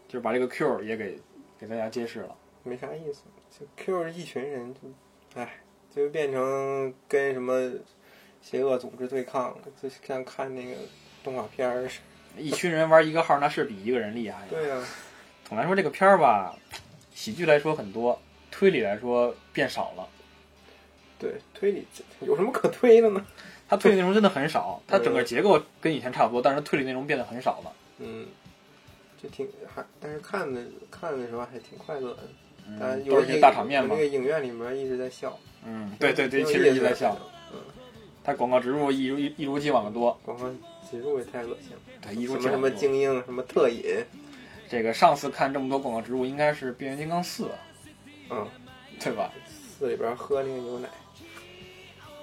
就是把这个 Q 也给给大家揭示了，没啥意思。就 Q 是一群人，就哎，就变成跟什么邪恶组织对抗，就像看那个动画片儿似的。一群人玩一个号，那是比一个人厉害。对呀、总来说，这个片儿吧，喜剧来说很多，推理来说变少了。对，推理有什么可推的呢？它推理内容真的很少，它整个结构跟以前差不多，但是推理内容变得很少了。嗯，就挺还，但是看的看的时候还挺快乐的。嗯但，都尤是其些大场面嘛那。个影院里面一直在笑。嗯，对对对，挺其有实意一直思的在笑。。嗯，它广告植入一如一一如既往的多，广告植入也太恶心了，对，一什如么既什往么的多。精英，什么特饮，这个上次看这么多广告植入，应该是《变形金刚四》， (laughs) 嗯，对吧？四里边喝那个牛奶。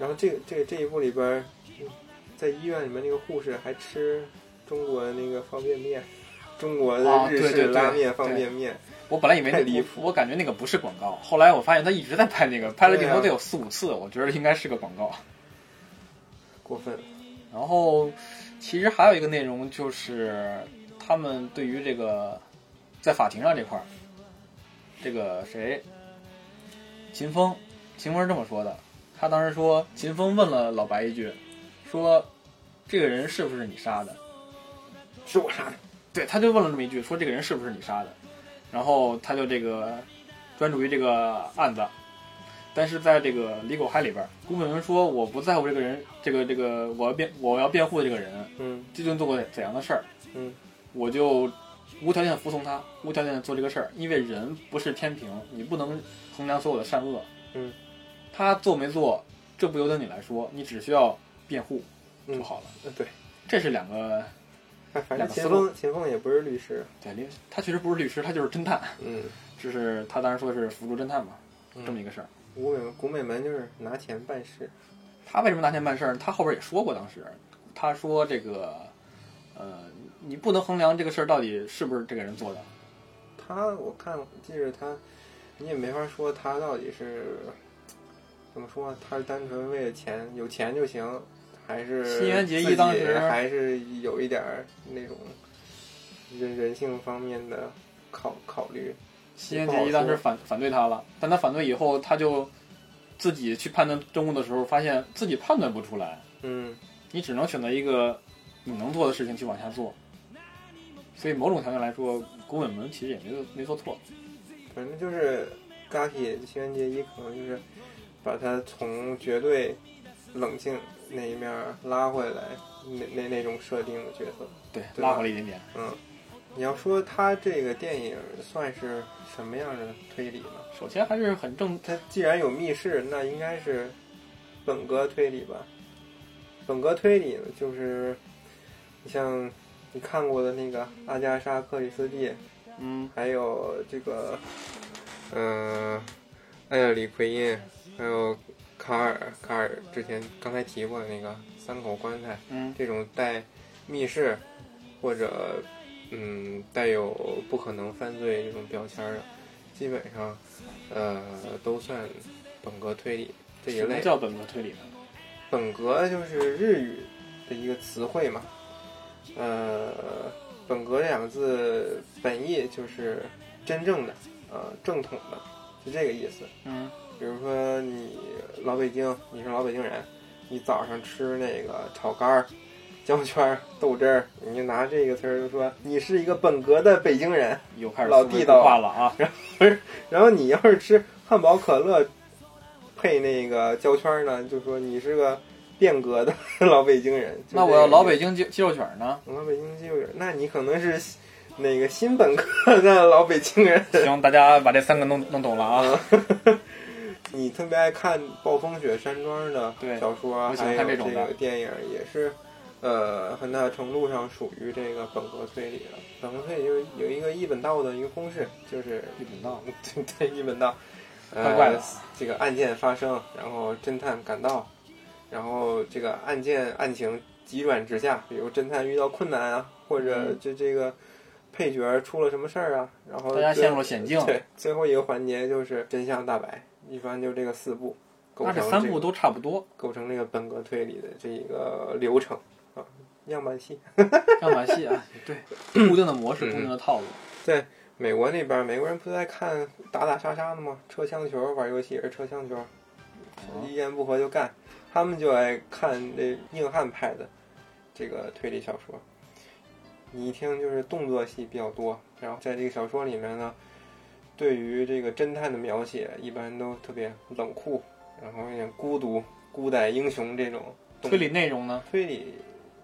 然后这个这个这一部里边，在医院里面那个护士还吃中国的那个方便面，中国啊的日对对式对拉面对方便面，我本来以为那太离谱我我感觉那个不是广告，后来我发现他一直在拍那个，拍了镜头对啊得有四五次，我觉得应该是个广告。过分了。然后，其实还有一个内容就是他们对于这个在法庭上这块儿，这个谁，秦风，秦风是这么说的，他当时说，秦风问了老白一句，说这个人是不是你杀的？是我杀的，对，他就问了这么一句，说这个人是不是你杀的？然后他就这个专注于这个案子，但是在这个李狗嗨里边儿，顾本文说我不在乎这个人，这个这个我要辩我要辩护这个人，嗯究竟做过怎样的事儿，嗯，我就无条件服从他，无条件地做这个事儿，因为人不是天平，你不能衡量所有的善恶。嗯，他做没做，这不由得你来说，你只需要辩护就嗯好了。呃对，这是两个哎反两正个秦思路风秦风也不是律师，对，律他其实不是律师，他就是侦探， (laughs) 嗯，就是他当时说是辅助侦探嘛，嗯这么一个事儿。古美古美门就是拿钱办事，他为什么拿钱办事儿？他后边也说过，当时他说这个，呃，你不能衡量这个事儿到底是不是这个人做的，他我看记着他，你也没法说他到底是怎么说，啊他是单纯为了钱，有钱就行，还是新垣结衣自己当时还是有一点儿那种人人性方面的考考虑，新垣结衣当时反反对他了，但他反对以后，他就自己去判断真误的时候，发现自己判断不出来，嗯，你只能选择一个你能做的事情去往下做。所以某种条件来说，宫本文其实也没做没做错。反正就是嘎铁新垣结衣可能就是把他从绝对冷静那一面儿拉回来，那那那种设定的角色。对，对吧拉回了一点点。嗯，你要说他这个电影算是什么样的推理呢？首先还是很正，他既然有密室，那应该是本格推理吧？本格推理呢，就是你像你看过的那个阿加莎·克里斯蒂，嗯，还有这个，嗯，艾德里·奎因，还有卡尔卡尔之前刚才提过的那个三口棺材，嗯，这种带密室或者嗯带有不可能犯罪这种标签儿的，基本上呃都算本格推理嗯这一什么类。叫本格推理呢？本格就是日语的一个词汇嘛，呃，本格这两个字本意就是真正的，呃，正统的，是这个意思。嗯，比如说你老北京，你是老北京人，你早上吃那个炒肝儿、胶圈儿、豆汁儿，你就拿这个词儿就说你是一个本格的北京人。又开始老思维地道固化了啊，然后你要是吃汉堡可乐配那个胶圈儿呢，就说你是个变革的 (laughs) 老北京人。就那这我要个老意思北京鸡鸡肉卷儿呢？老北京就有，那你可能是新那个新本科的老北京人。行，大家把这三个弄弄懂了啊。 (laughs) 你特别爱看暴风雪山庄的对小说，我喜还有欢看这这种的个电影，也是呃很大程度上属于这个本格推理了。本格推理就是有一个一本道的一个公式，就是一本道，对 (laughs) 对一 (laughs) 本道，呃、怪怪的这个案件发生，然后侦探赶到，然后这个案件案情急转直下，比如侦探遇到困难啊，或者嗯这这个配角出了什么事儿啊，然后大家最陷入了险境。对，最后一个环节就是真相大白，一般就这个四步构那成、这这个、三步都差不多，构成这个本格推理的这一个流程啊，样板戏。样板戏啊，对， (laughs) 固定的模式，嗯固定的套路。美国那边美国人不都爱看打打杀杀的吗？车枪球玩游戏也是车枪球，一言不合就干。他们就爱看这硬汉派的这个推理小说，你一听就是动作戏比较多。然后在这个小说里面呢，对于这个侦探的描写一般都特别冷酷，然后有点孤独、孤歹英雄这种动推理内容呢？推理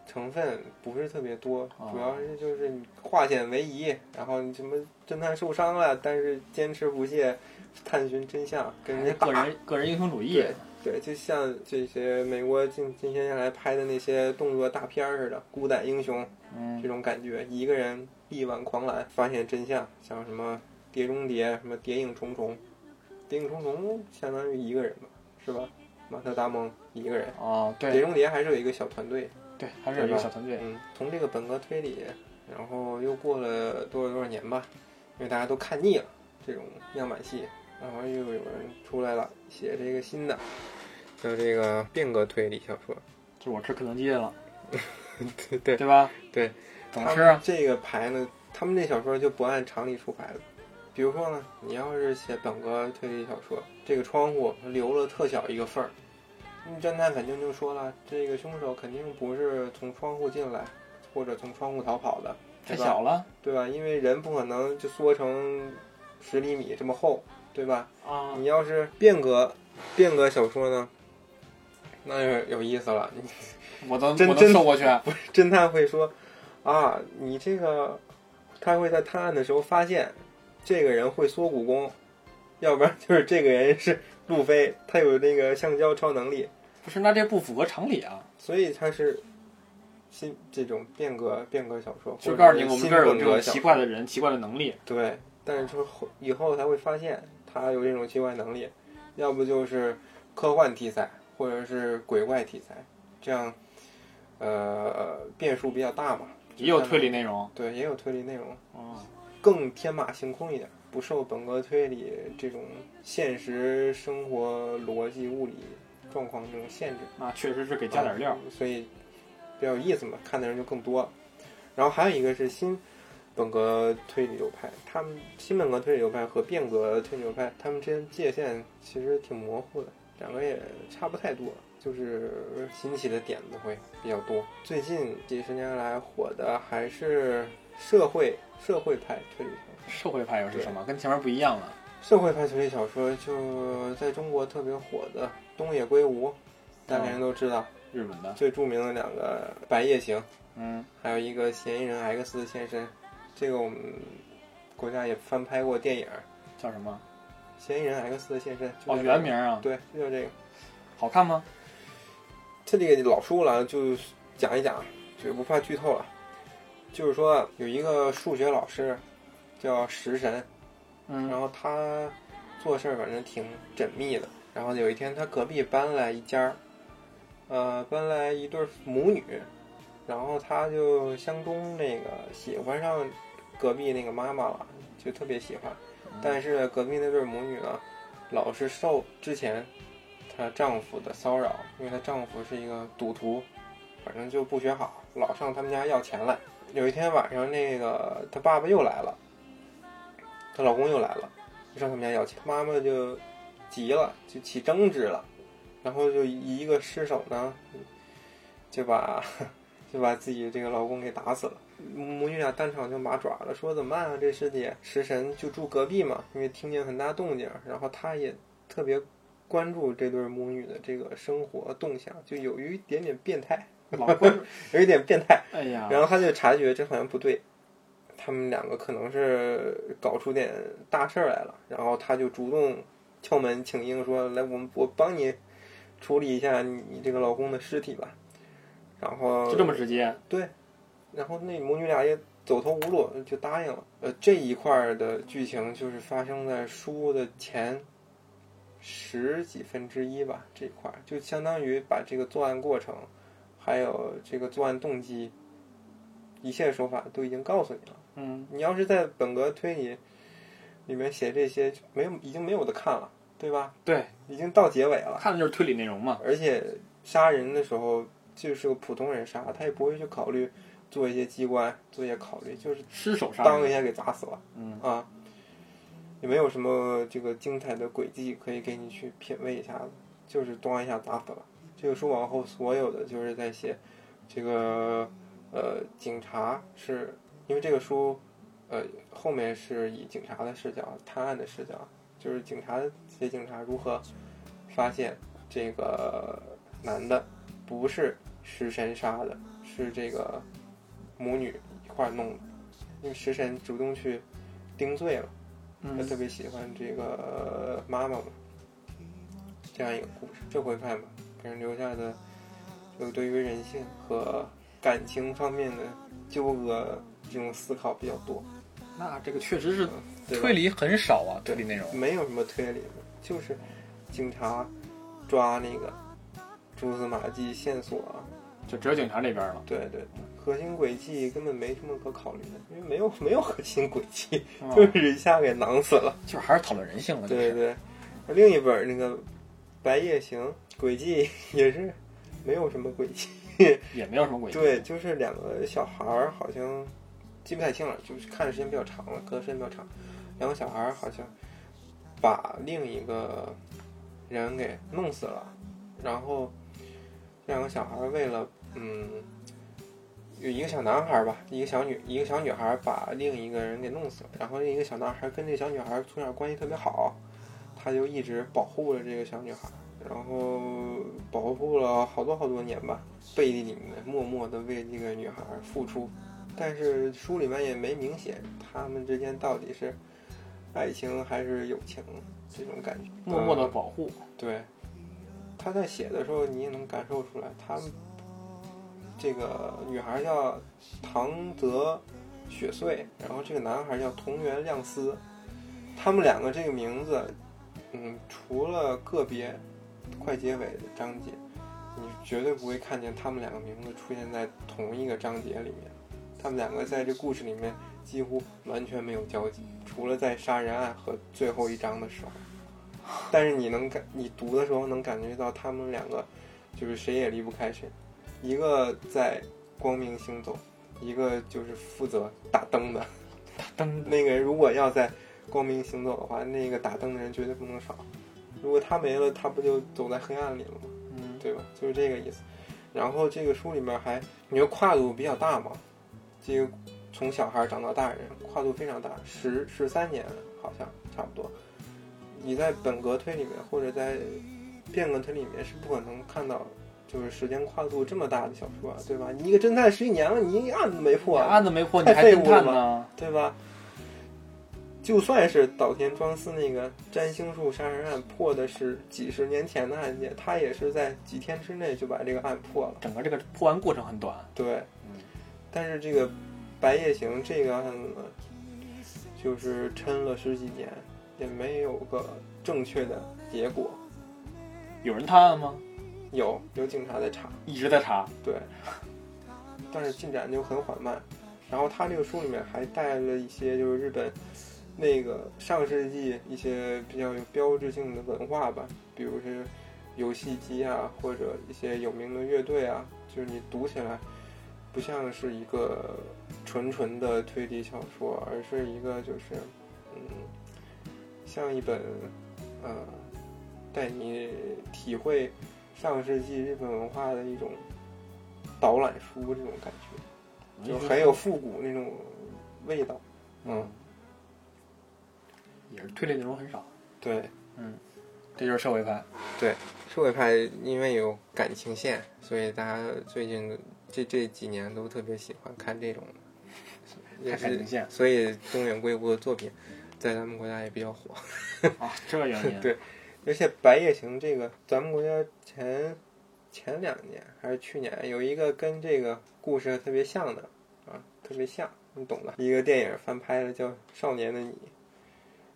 成分不是特别多，哦主要是就是你化险为夷，然后你什么侦探受伤了，但是坚持不懈探寻真相，跟还人是家个打。人个人英雄主义对对，就像这些美国近近些年来拍的那些动作大片儿似的，孤胆英雄嗯这种感觉，一个人力挽狂澜，发现真相，像什么《碟中谍》、什么《谍影重重》，《谍影重重》相当于一个人吧，是吧？马特·达蒙一个人，啊， 《碟对中谍》还是有一个小团队。对，还是有一个小团队。嗯，从这个本格推理，然后又过了多少多少年吧，因为大家都看腻了这种样板戏，然后又有人出来了写这个新的，叫这个变革推理小说。就是我吃肯德基了，对 (laughs) 对，对吧？对，怎么他吃们啊？这个牌呢，他们这小说就不按常理出牌了。比如说呢，你要是写本格推理小说，这个窗户留了特小一个缝儿，嗯侦探肯定就说了，这个凶手肯定不是从窗户进来，或者从窗户逃跑的，太对吧小了对吧？因为人不可能就缩成十厘米这么厚，对吧？啊！你要是变革变革小说呢，那就有意思了。你我都我真都真瘦过去，侦探会说啊，你这个他会在探案的时候发现这个人会缩骨功，要不然就是这个人是路飞，他有那个橡胶超能力，不是？那这不符合常理啊！所以他是。新这种变革变革小说，就或者告诉你，是我们新这儿有本这格种小奇说怪的人、奇怪的能力。对，但是就是后以后才会发现他有这种奇怪能力，要不就是科幻题材，或者是鬼怪题材，这样呃变数比较大嘛。也有推理内容。对，也有推理内容，哦，更天马行空一点，不受本格推理这种现实生活逻辑、物理状况这种限制。那确实是给加点料。嗯所以比较有意思嘛，看的人就更多了。然后还有一个是新本格推理流派，他们新本格推理流派和变革推理流派，他们之间界限其实挺模糊的，两个也差不太多，就是新奇的点子会比较多。最近几十年来火的还是社会社会派推理小社说。会派又是什么？跟前面不一样了。社会派推理小说就在中国特别火的东野圭吾，大家人都知道，日本哦的，最著名的两个《白夜行》。嗯，还有一个嫌疑人 X 的现身，这个我们国家也翻拍过电影《叫什么？嫌疑人 X 的现身》就哦，是原名啊，对，就叫这个。好看吗？这里老书了，就讲一讲，就不怕剧透了。就是说有一个数学老师叫食神，然嗯后他做事儿反正挺缜密的。然后有一天，他隔壁搬来一家儿，呃，搬来一对儿母女，然后他就相中那个喜欢上隔壁那个妈妈了，就特别喜欢。但是隔壁那对儿母女呢，老是受之前她丈夫的骚扰，因为她丈夫是一个赌徒，反正就不学好，老上他们家要钱来。有一天晚上，那个她爸爸又来了，她老公又来了，就上他们家要钱，妈妈就急了，就起争执了，然后就一个失手呢，就把就把自己这个老公给打死了。母女俩当场就麻爪了，说怎么办啊？这师姐，食神就住隔壁嘛，因为听见很大动静，然后他也特别关注这对母女的这个生活动向，就有一点点变态，老 (laughs) 关注，有一点变态。哎呀，然后他就察觉这好像不对，他们两个可能是搞出点大事儿来了，然后他就主动敲门请缨说：“来，我们我帮你处理一下你你这个老公的尸体吧。”然后就这么直接，然后那母女俩也走投无路，就答应了。呃，这一块儿的剧情就是发生在书的前十几分之一吧，这一块儿就相当于把这个作案过程，还有这个作案动机，一切手法都已经告诉你了。嗯，你要是在本格推理里面写这些，就没有已经没有的看了，对吧？对，已经到结尾了。看的就是推理内容嘛，而且杀人的时候就是个普通人杀，他也不会去考虑做一些机关做一些考虑，就是失手杀当一人，下给砸死了嗯，啊，也没有什么这个精彩的轨迹可以给你去品味一下子，就是咣一下砸死了。这个书往后所有的就是在写这个呃警察是因为这个书呃后面是以警察的视角探案的视角，就是警察写警察如何发现这个男的不是食神杀的，是这个母女一块儿弄的，因为食神主动去定罪了，他嗯特别喜欢这个妈妈嘛，这样一个故事，这回看吧，给人留下的就对于人性和感情方面的纠葛这种思考比较多，那这个确实是对吧推理很少啊，推理内容。没有什么推理的，就是警察抓那个蛛丝马迹、线索，啊就只有警察这边了，对对对，核心轨迹根本没什么可考虑的，因为没有没有核心轨迹，嗯哦就是一下给囊死了。就是还是讨论人性了，就对是对，另一本那个《白夜行》轨迹也是没有什么轨迹，也没有什么诡异，对，，就是两个小孩儿，好像记不太清了，就是看的时间比较长了，隔的时间比较长。两个小孩儿好像把另一个人给弄死了，然后这两个小孩儿为了嗯，有一个小男孩儿吧，一个小女一个小女孩儿把另一个人给弄死了，然后另一个小男孩儿跟这小女孩儿从小关系特别好，他就一直保护着这个小女孩儿。然后保护了好多好多年吧，背地里面默默的为这个女孩付出，但是书里面也没明显他们之间到底是爱情还是友情这种感觉。默默的嗯保护，对，他在写的时候你也能感受出来，他这个女孩叫唐泽雪穗，然后这个男孩叫同源亮司，他们两个这个名字，嗯，除了个别快结尾的章节，你绝对不会看见他们两个名字出现在同一个章节里面。他们两个在这故事里面几乎完全没有交集，除了在杀人案和最后一章的时候。但是你能感，你读的时候能感觉到他们两个，就是谁也离不开谁，一个在光明行走，一个就是负责打灯的。噔，那个人如果要在光明行走的话，那个打灯的人绝对不能少。如果他没了，他不就走在黑暗里了吗？嗯，对吧？就是这个意思。然后这个书里面还，你说跨度比较大嘛，这个从小孩长到大人，跨度非常大，十十三年好像差不多。你在本格推里面或者在变革推里面是不可能看到就是时间跨度这么大的小说啊，对吧？你一个侦探十几年了，你一个案子没破啊，案子没破，你太还废侦物了探呢，对吧？就算是岛田庄司那个占星术杀人案破的是几十年前的案件，他也是在几天之内就把这个案破了。整个这个破案过程很短，对嗯，但是这个白夜行》这个案子，就是抻了十几年，也没有个正确的结果。有人探案吗？有有警察在查，一直在查，对，但是进展就很缓慢。然后他这个书里面还带了一些就是日本那个上世纪一些比较有标志性的文化吧，比如是游戏机啊，或者一些有名的乐队啊，就是你读起来不像是一个纯纯的推理小说，而是一个就是嗯，像一本呃带你体会上世纪日本文化的一种导览书这种感觉。就很有复古那种味道。嗯，也是推理内容很少，对，这就是 (laughs) 社会派。社会派因为有感情线，所以大家最近这这几年都特别喜欢看 (laughs) 这种，也看感是情线所以东野圭吾的作品在咱们国家也比较火。啊，这原 (laughs) 因。对而且《白夜行》这个，咱们国家前前两年还是去年有一个跟这个故事特别像的啊，特别像，你懂的，一个电影翻拍的叫《少年的你》，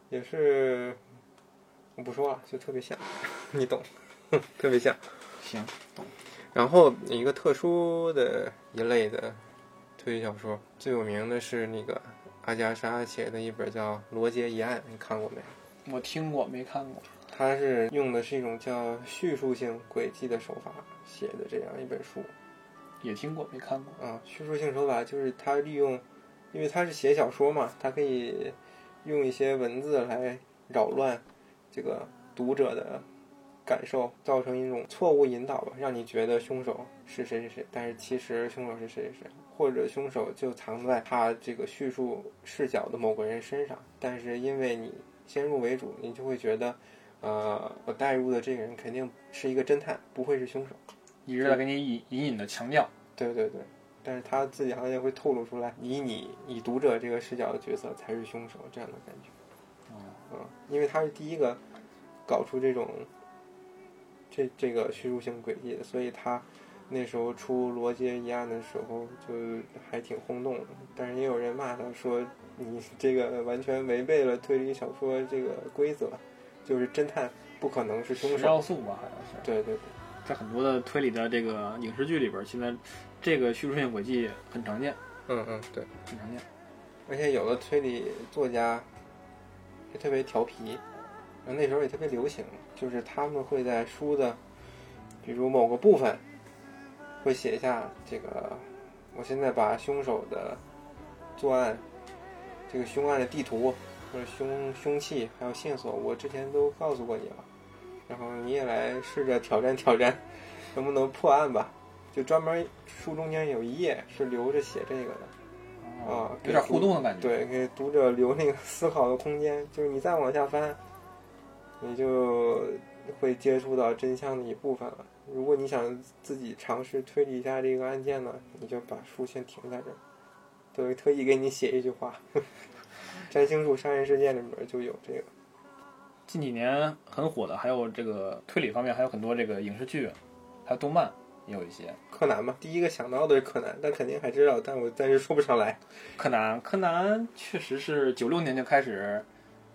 也是我不说了，就特别像， (laughs) 你懂，特别像。行，然后一个特殊的一类的推理小说，最有名的是那个阿加莎写的一本叫《罗杰一案》，你看过没？我听过没看过，他是用的是一种叫叙述性轨迹的手法写的这样一本书也听过没看过。啊。叙述性手法就是他利用，因为他是写小说嘛，他可以用一些文字来扰乱这个读者的感受，造成一种错误引导吧，让你觉得凶手是谁谁谁，但是其实凶手是谁谁谁，或者凶手就藏在他这个叙述视角的某个人身上，但是因为你先入为主，你就会觉得。呃，我带入的这个人肯定是一个侦探，不会是凶手。一直在给你隐隐隐的强调，对对对，但是他自己好像也会透露出来，以你以读者这个视角的角色才是凶手这样的感觉。嗯，因为他是第一个搞出这种这这个叙述性轨迹的，所以他那时候出《罗杰一案》的时候就还挺轰动的。但是也有人骂他说：“你这个完全违背了推理小说这个规则，就是侦探不可能是凶十手。要素吧，好像”是。对对对。在很多的推理的这个影视剧里边，现在这个叙述性轨迹很常见，嗯嗯，对，很常见。而且有的推理作家也特别调皮，然后那时候也特别流行，就是他们会在书的，比如某个部分，会写下这个，我现在把凶手的作案，这个凶案的地图或者凶凶器还有线索，我之前都告诉过你了，然后你也来试着挑战挑战，能不能破案吧？就专门书中间有一页是留着写这个的。啊哦有点互动的感觉。，对，给读者留那个 (laughs) 思考的空间，就是你再往下翻，你就会接触到真相的一部分了。如果你想自己尝试推理一下这个案件呢，你就把书先停在这儿。对，特意给你写一句话， (laughs) 《占星术杀人事件》里面就有这个。近几年很火的还有这个推理方面，还有很多这个影视剧，还有动漫也有一些。柯南嘛，第一个想到的是柯南，但肯定还知道，但我暂时说不上来。柯南，柯南确实是九六年就开始，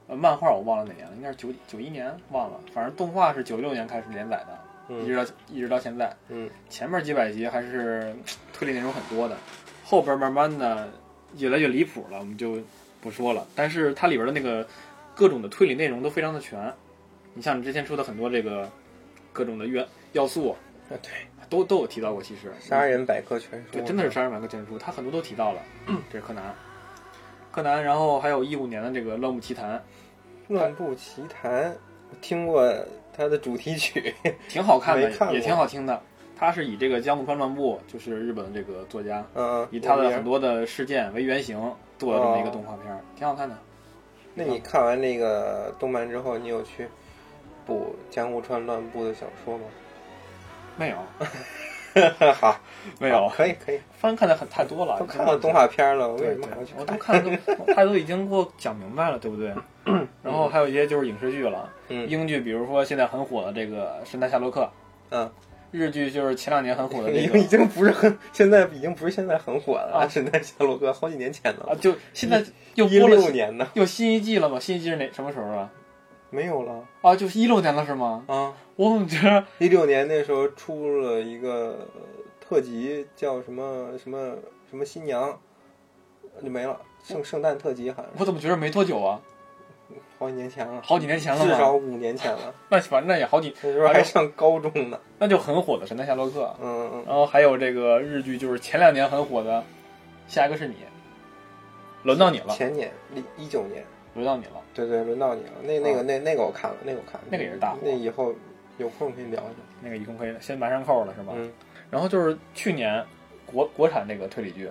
呃，漫画我忘了哪年了，应该是九九一年忘了，反正动画是九六年开始连载的，一直嗯到一直到现在。嗯，前面几百集还是推理内容很多的，后边慢慢的越来越离谱了，我们就不说了。但是它里边的那个各种的推理内容都非常的全，你像你之前说的很多这个各种的元要素啊对，都都有提到过，其实杀人百科全书，对，真的是《杀人百科全书》，他很多都提到了，嗯 (clears throat) 这是柯南，柯南，然后还有一五年的这个《乱步奇谭《乱步奇谭》，我听过它的主题曲。》，挺好看的没看，过也挺好听的。他是以这个江户川乱步，就是日本的这个作家，嗯，以他的我很明白多的事件为原型做了这么哦一个动画片儿，挺好看的。那啊你看完那个动漫之后，你有去补江户川乱步的小说 (laughs) 吗？没有，好，没有，可以可以，翻看的很太多了，都看了动画片了，我为对什么还要去对，我都看？看了都，他都已经给我讲明白了，对 (coughs) 不对？然后还有一些就是影视剧了，嗯英剧，比如说现在很火的这个《神探夏洛克》，嗯，日剧就是前两年很火的那已个经 (laughs) 已经不是很，现在已经不是现在很火了，啊是那夏洛克好几年前啊，了，就现在 (laughs) 又一播了六新，年呢，又新一季了吗？新一季是哪什么时候啊？没有了啊，就是一六年了是吗？啊。我怎么觉得一六年那时候出了一个呃特辑，叫什么什么什么新娘，就没了，圣圣诞特辑好像我怎么觉得没多久啊？好几年前了，好几年前了至嘛少五年前了，那反正也好几，那时候还上高中呢。那就很火的《神探夏洛克》，嗯嗯，然后还有这个日剧，就是前两年很火的《下一个是你》，轮到你了，前年一一九年，轮到你了。对对，轮到你了。那那个啊那那个我看了，那个我看了，那个也是大火那以后有空可以聊一下。那个一共可以先埋上扣了是吧？嗯，然后就是去年国国产这个推理剧，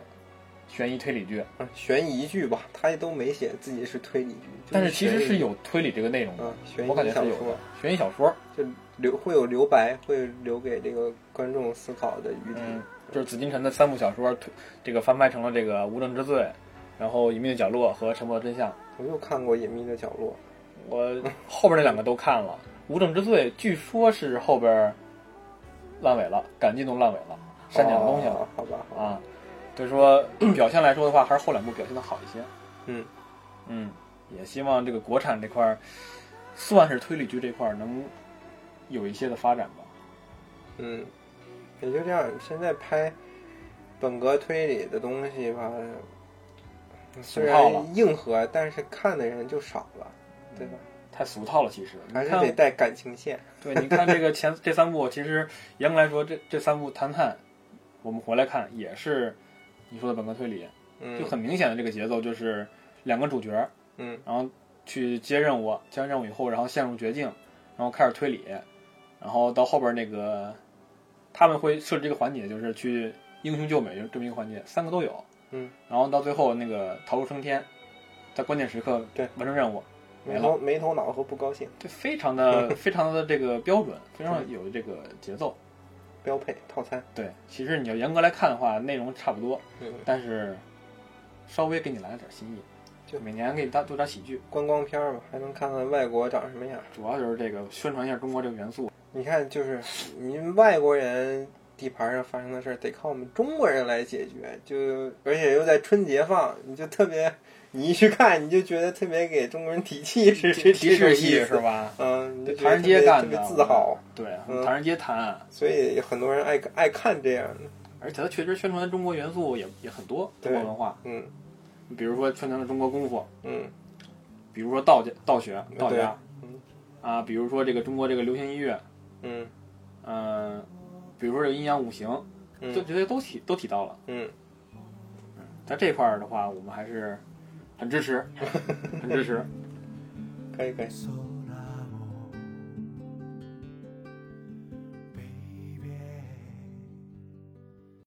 悬疑推理剧，啊悬疑剧吧，他都没写自己是推理剧，就但是其实悬是疑有推理这个内容的，啊，悬我感疑觉小是有说的。悬疑小说，就留会有留白，会留给这个观众思考的余地。嗯，就是紫禁城的三部小说，推这个翻拍成了这个《无证之罪》，然后《隐秘的角落》和《沉默的真相》。我又看过《隐秘的角落我后边那两个都看了，《无证之罪》据说是后边烂尾了，赶进度烂尾了，》，删减东西了哦好吧？好吧，啊。就是说表现来说的话，还是后两部表现的好一些。嗯嗯，也希望这个国产这块儿，算是推理剧这块儿能有一些的发展吧。嗯，也就这样。现在拍本格推理的东西吧，虽俗套了然硬核，但是看的人就少了，对吧？太俗套了，其实你还是嗯看得带感情线。对，你看这个前这三部，其实严格来说，这这三部《谈判》，我们回来看也是你说的本科推理，嗯，就很明显的这个节奏就是两个主角，嗯，然后去接任务，接完任务以后，然后陷入绝境，然后开始推理，然后到后边那个他们会设置一个环节，就是去英雄救美，就这么一个环节，三个都有，嗯，然后到最后那个逃出升天，在关键时刻对完成任务，没头没头脑和不高兴对，非 (laughs) 常的非常的这个标准，非常有这个节奏。标配套餐。对，其实你要严格来看的话，内容差不多，嗯，但是稍微给你来了点新意，就每年给你搭做点喜剧，观光片儿嘛，还能看看外国长什么样。主要就是这个宣传一下中国这个元素。你看，就是你们外国人地盘上发生的事儿，得靠我们中国人来解决。就而且又在春节放，你就特别，你一去看，你就觉得特别给中国人提气，是是提示意系思是？吧？嗯，你就觉唐得人街特别干特的别自豪，对，嗯唐人街探案，所以很多人爱爱看这样的。而且它确实宣传中国元素也也很多，中对国文化，嗯比如说宣传了中国功夫，嗯，比如说道家道学道对家，嗯啊，比如说这个中国这个流行音乐，嗯嗯、比如说这个阴阳五行，就嗯这些都提都提到了。嗯嗯，在这块儿的话，我们还是很支持，很支持。可以可以。 So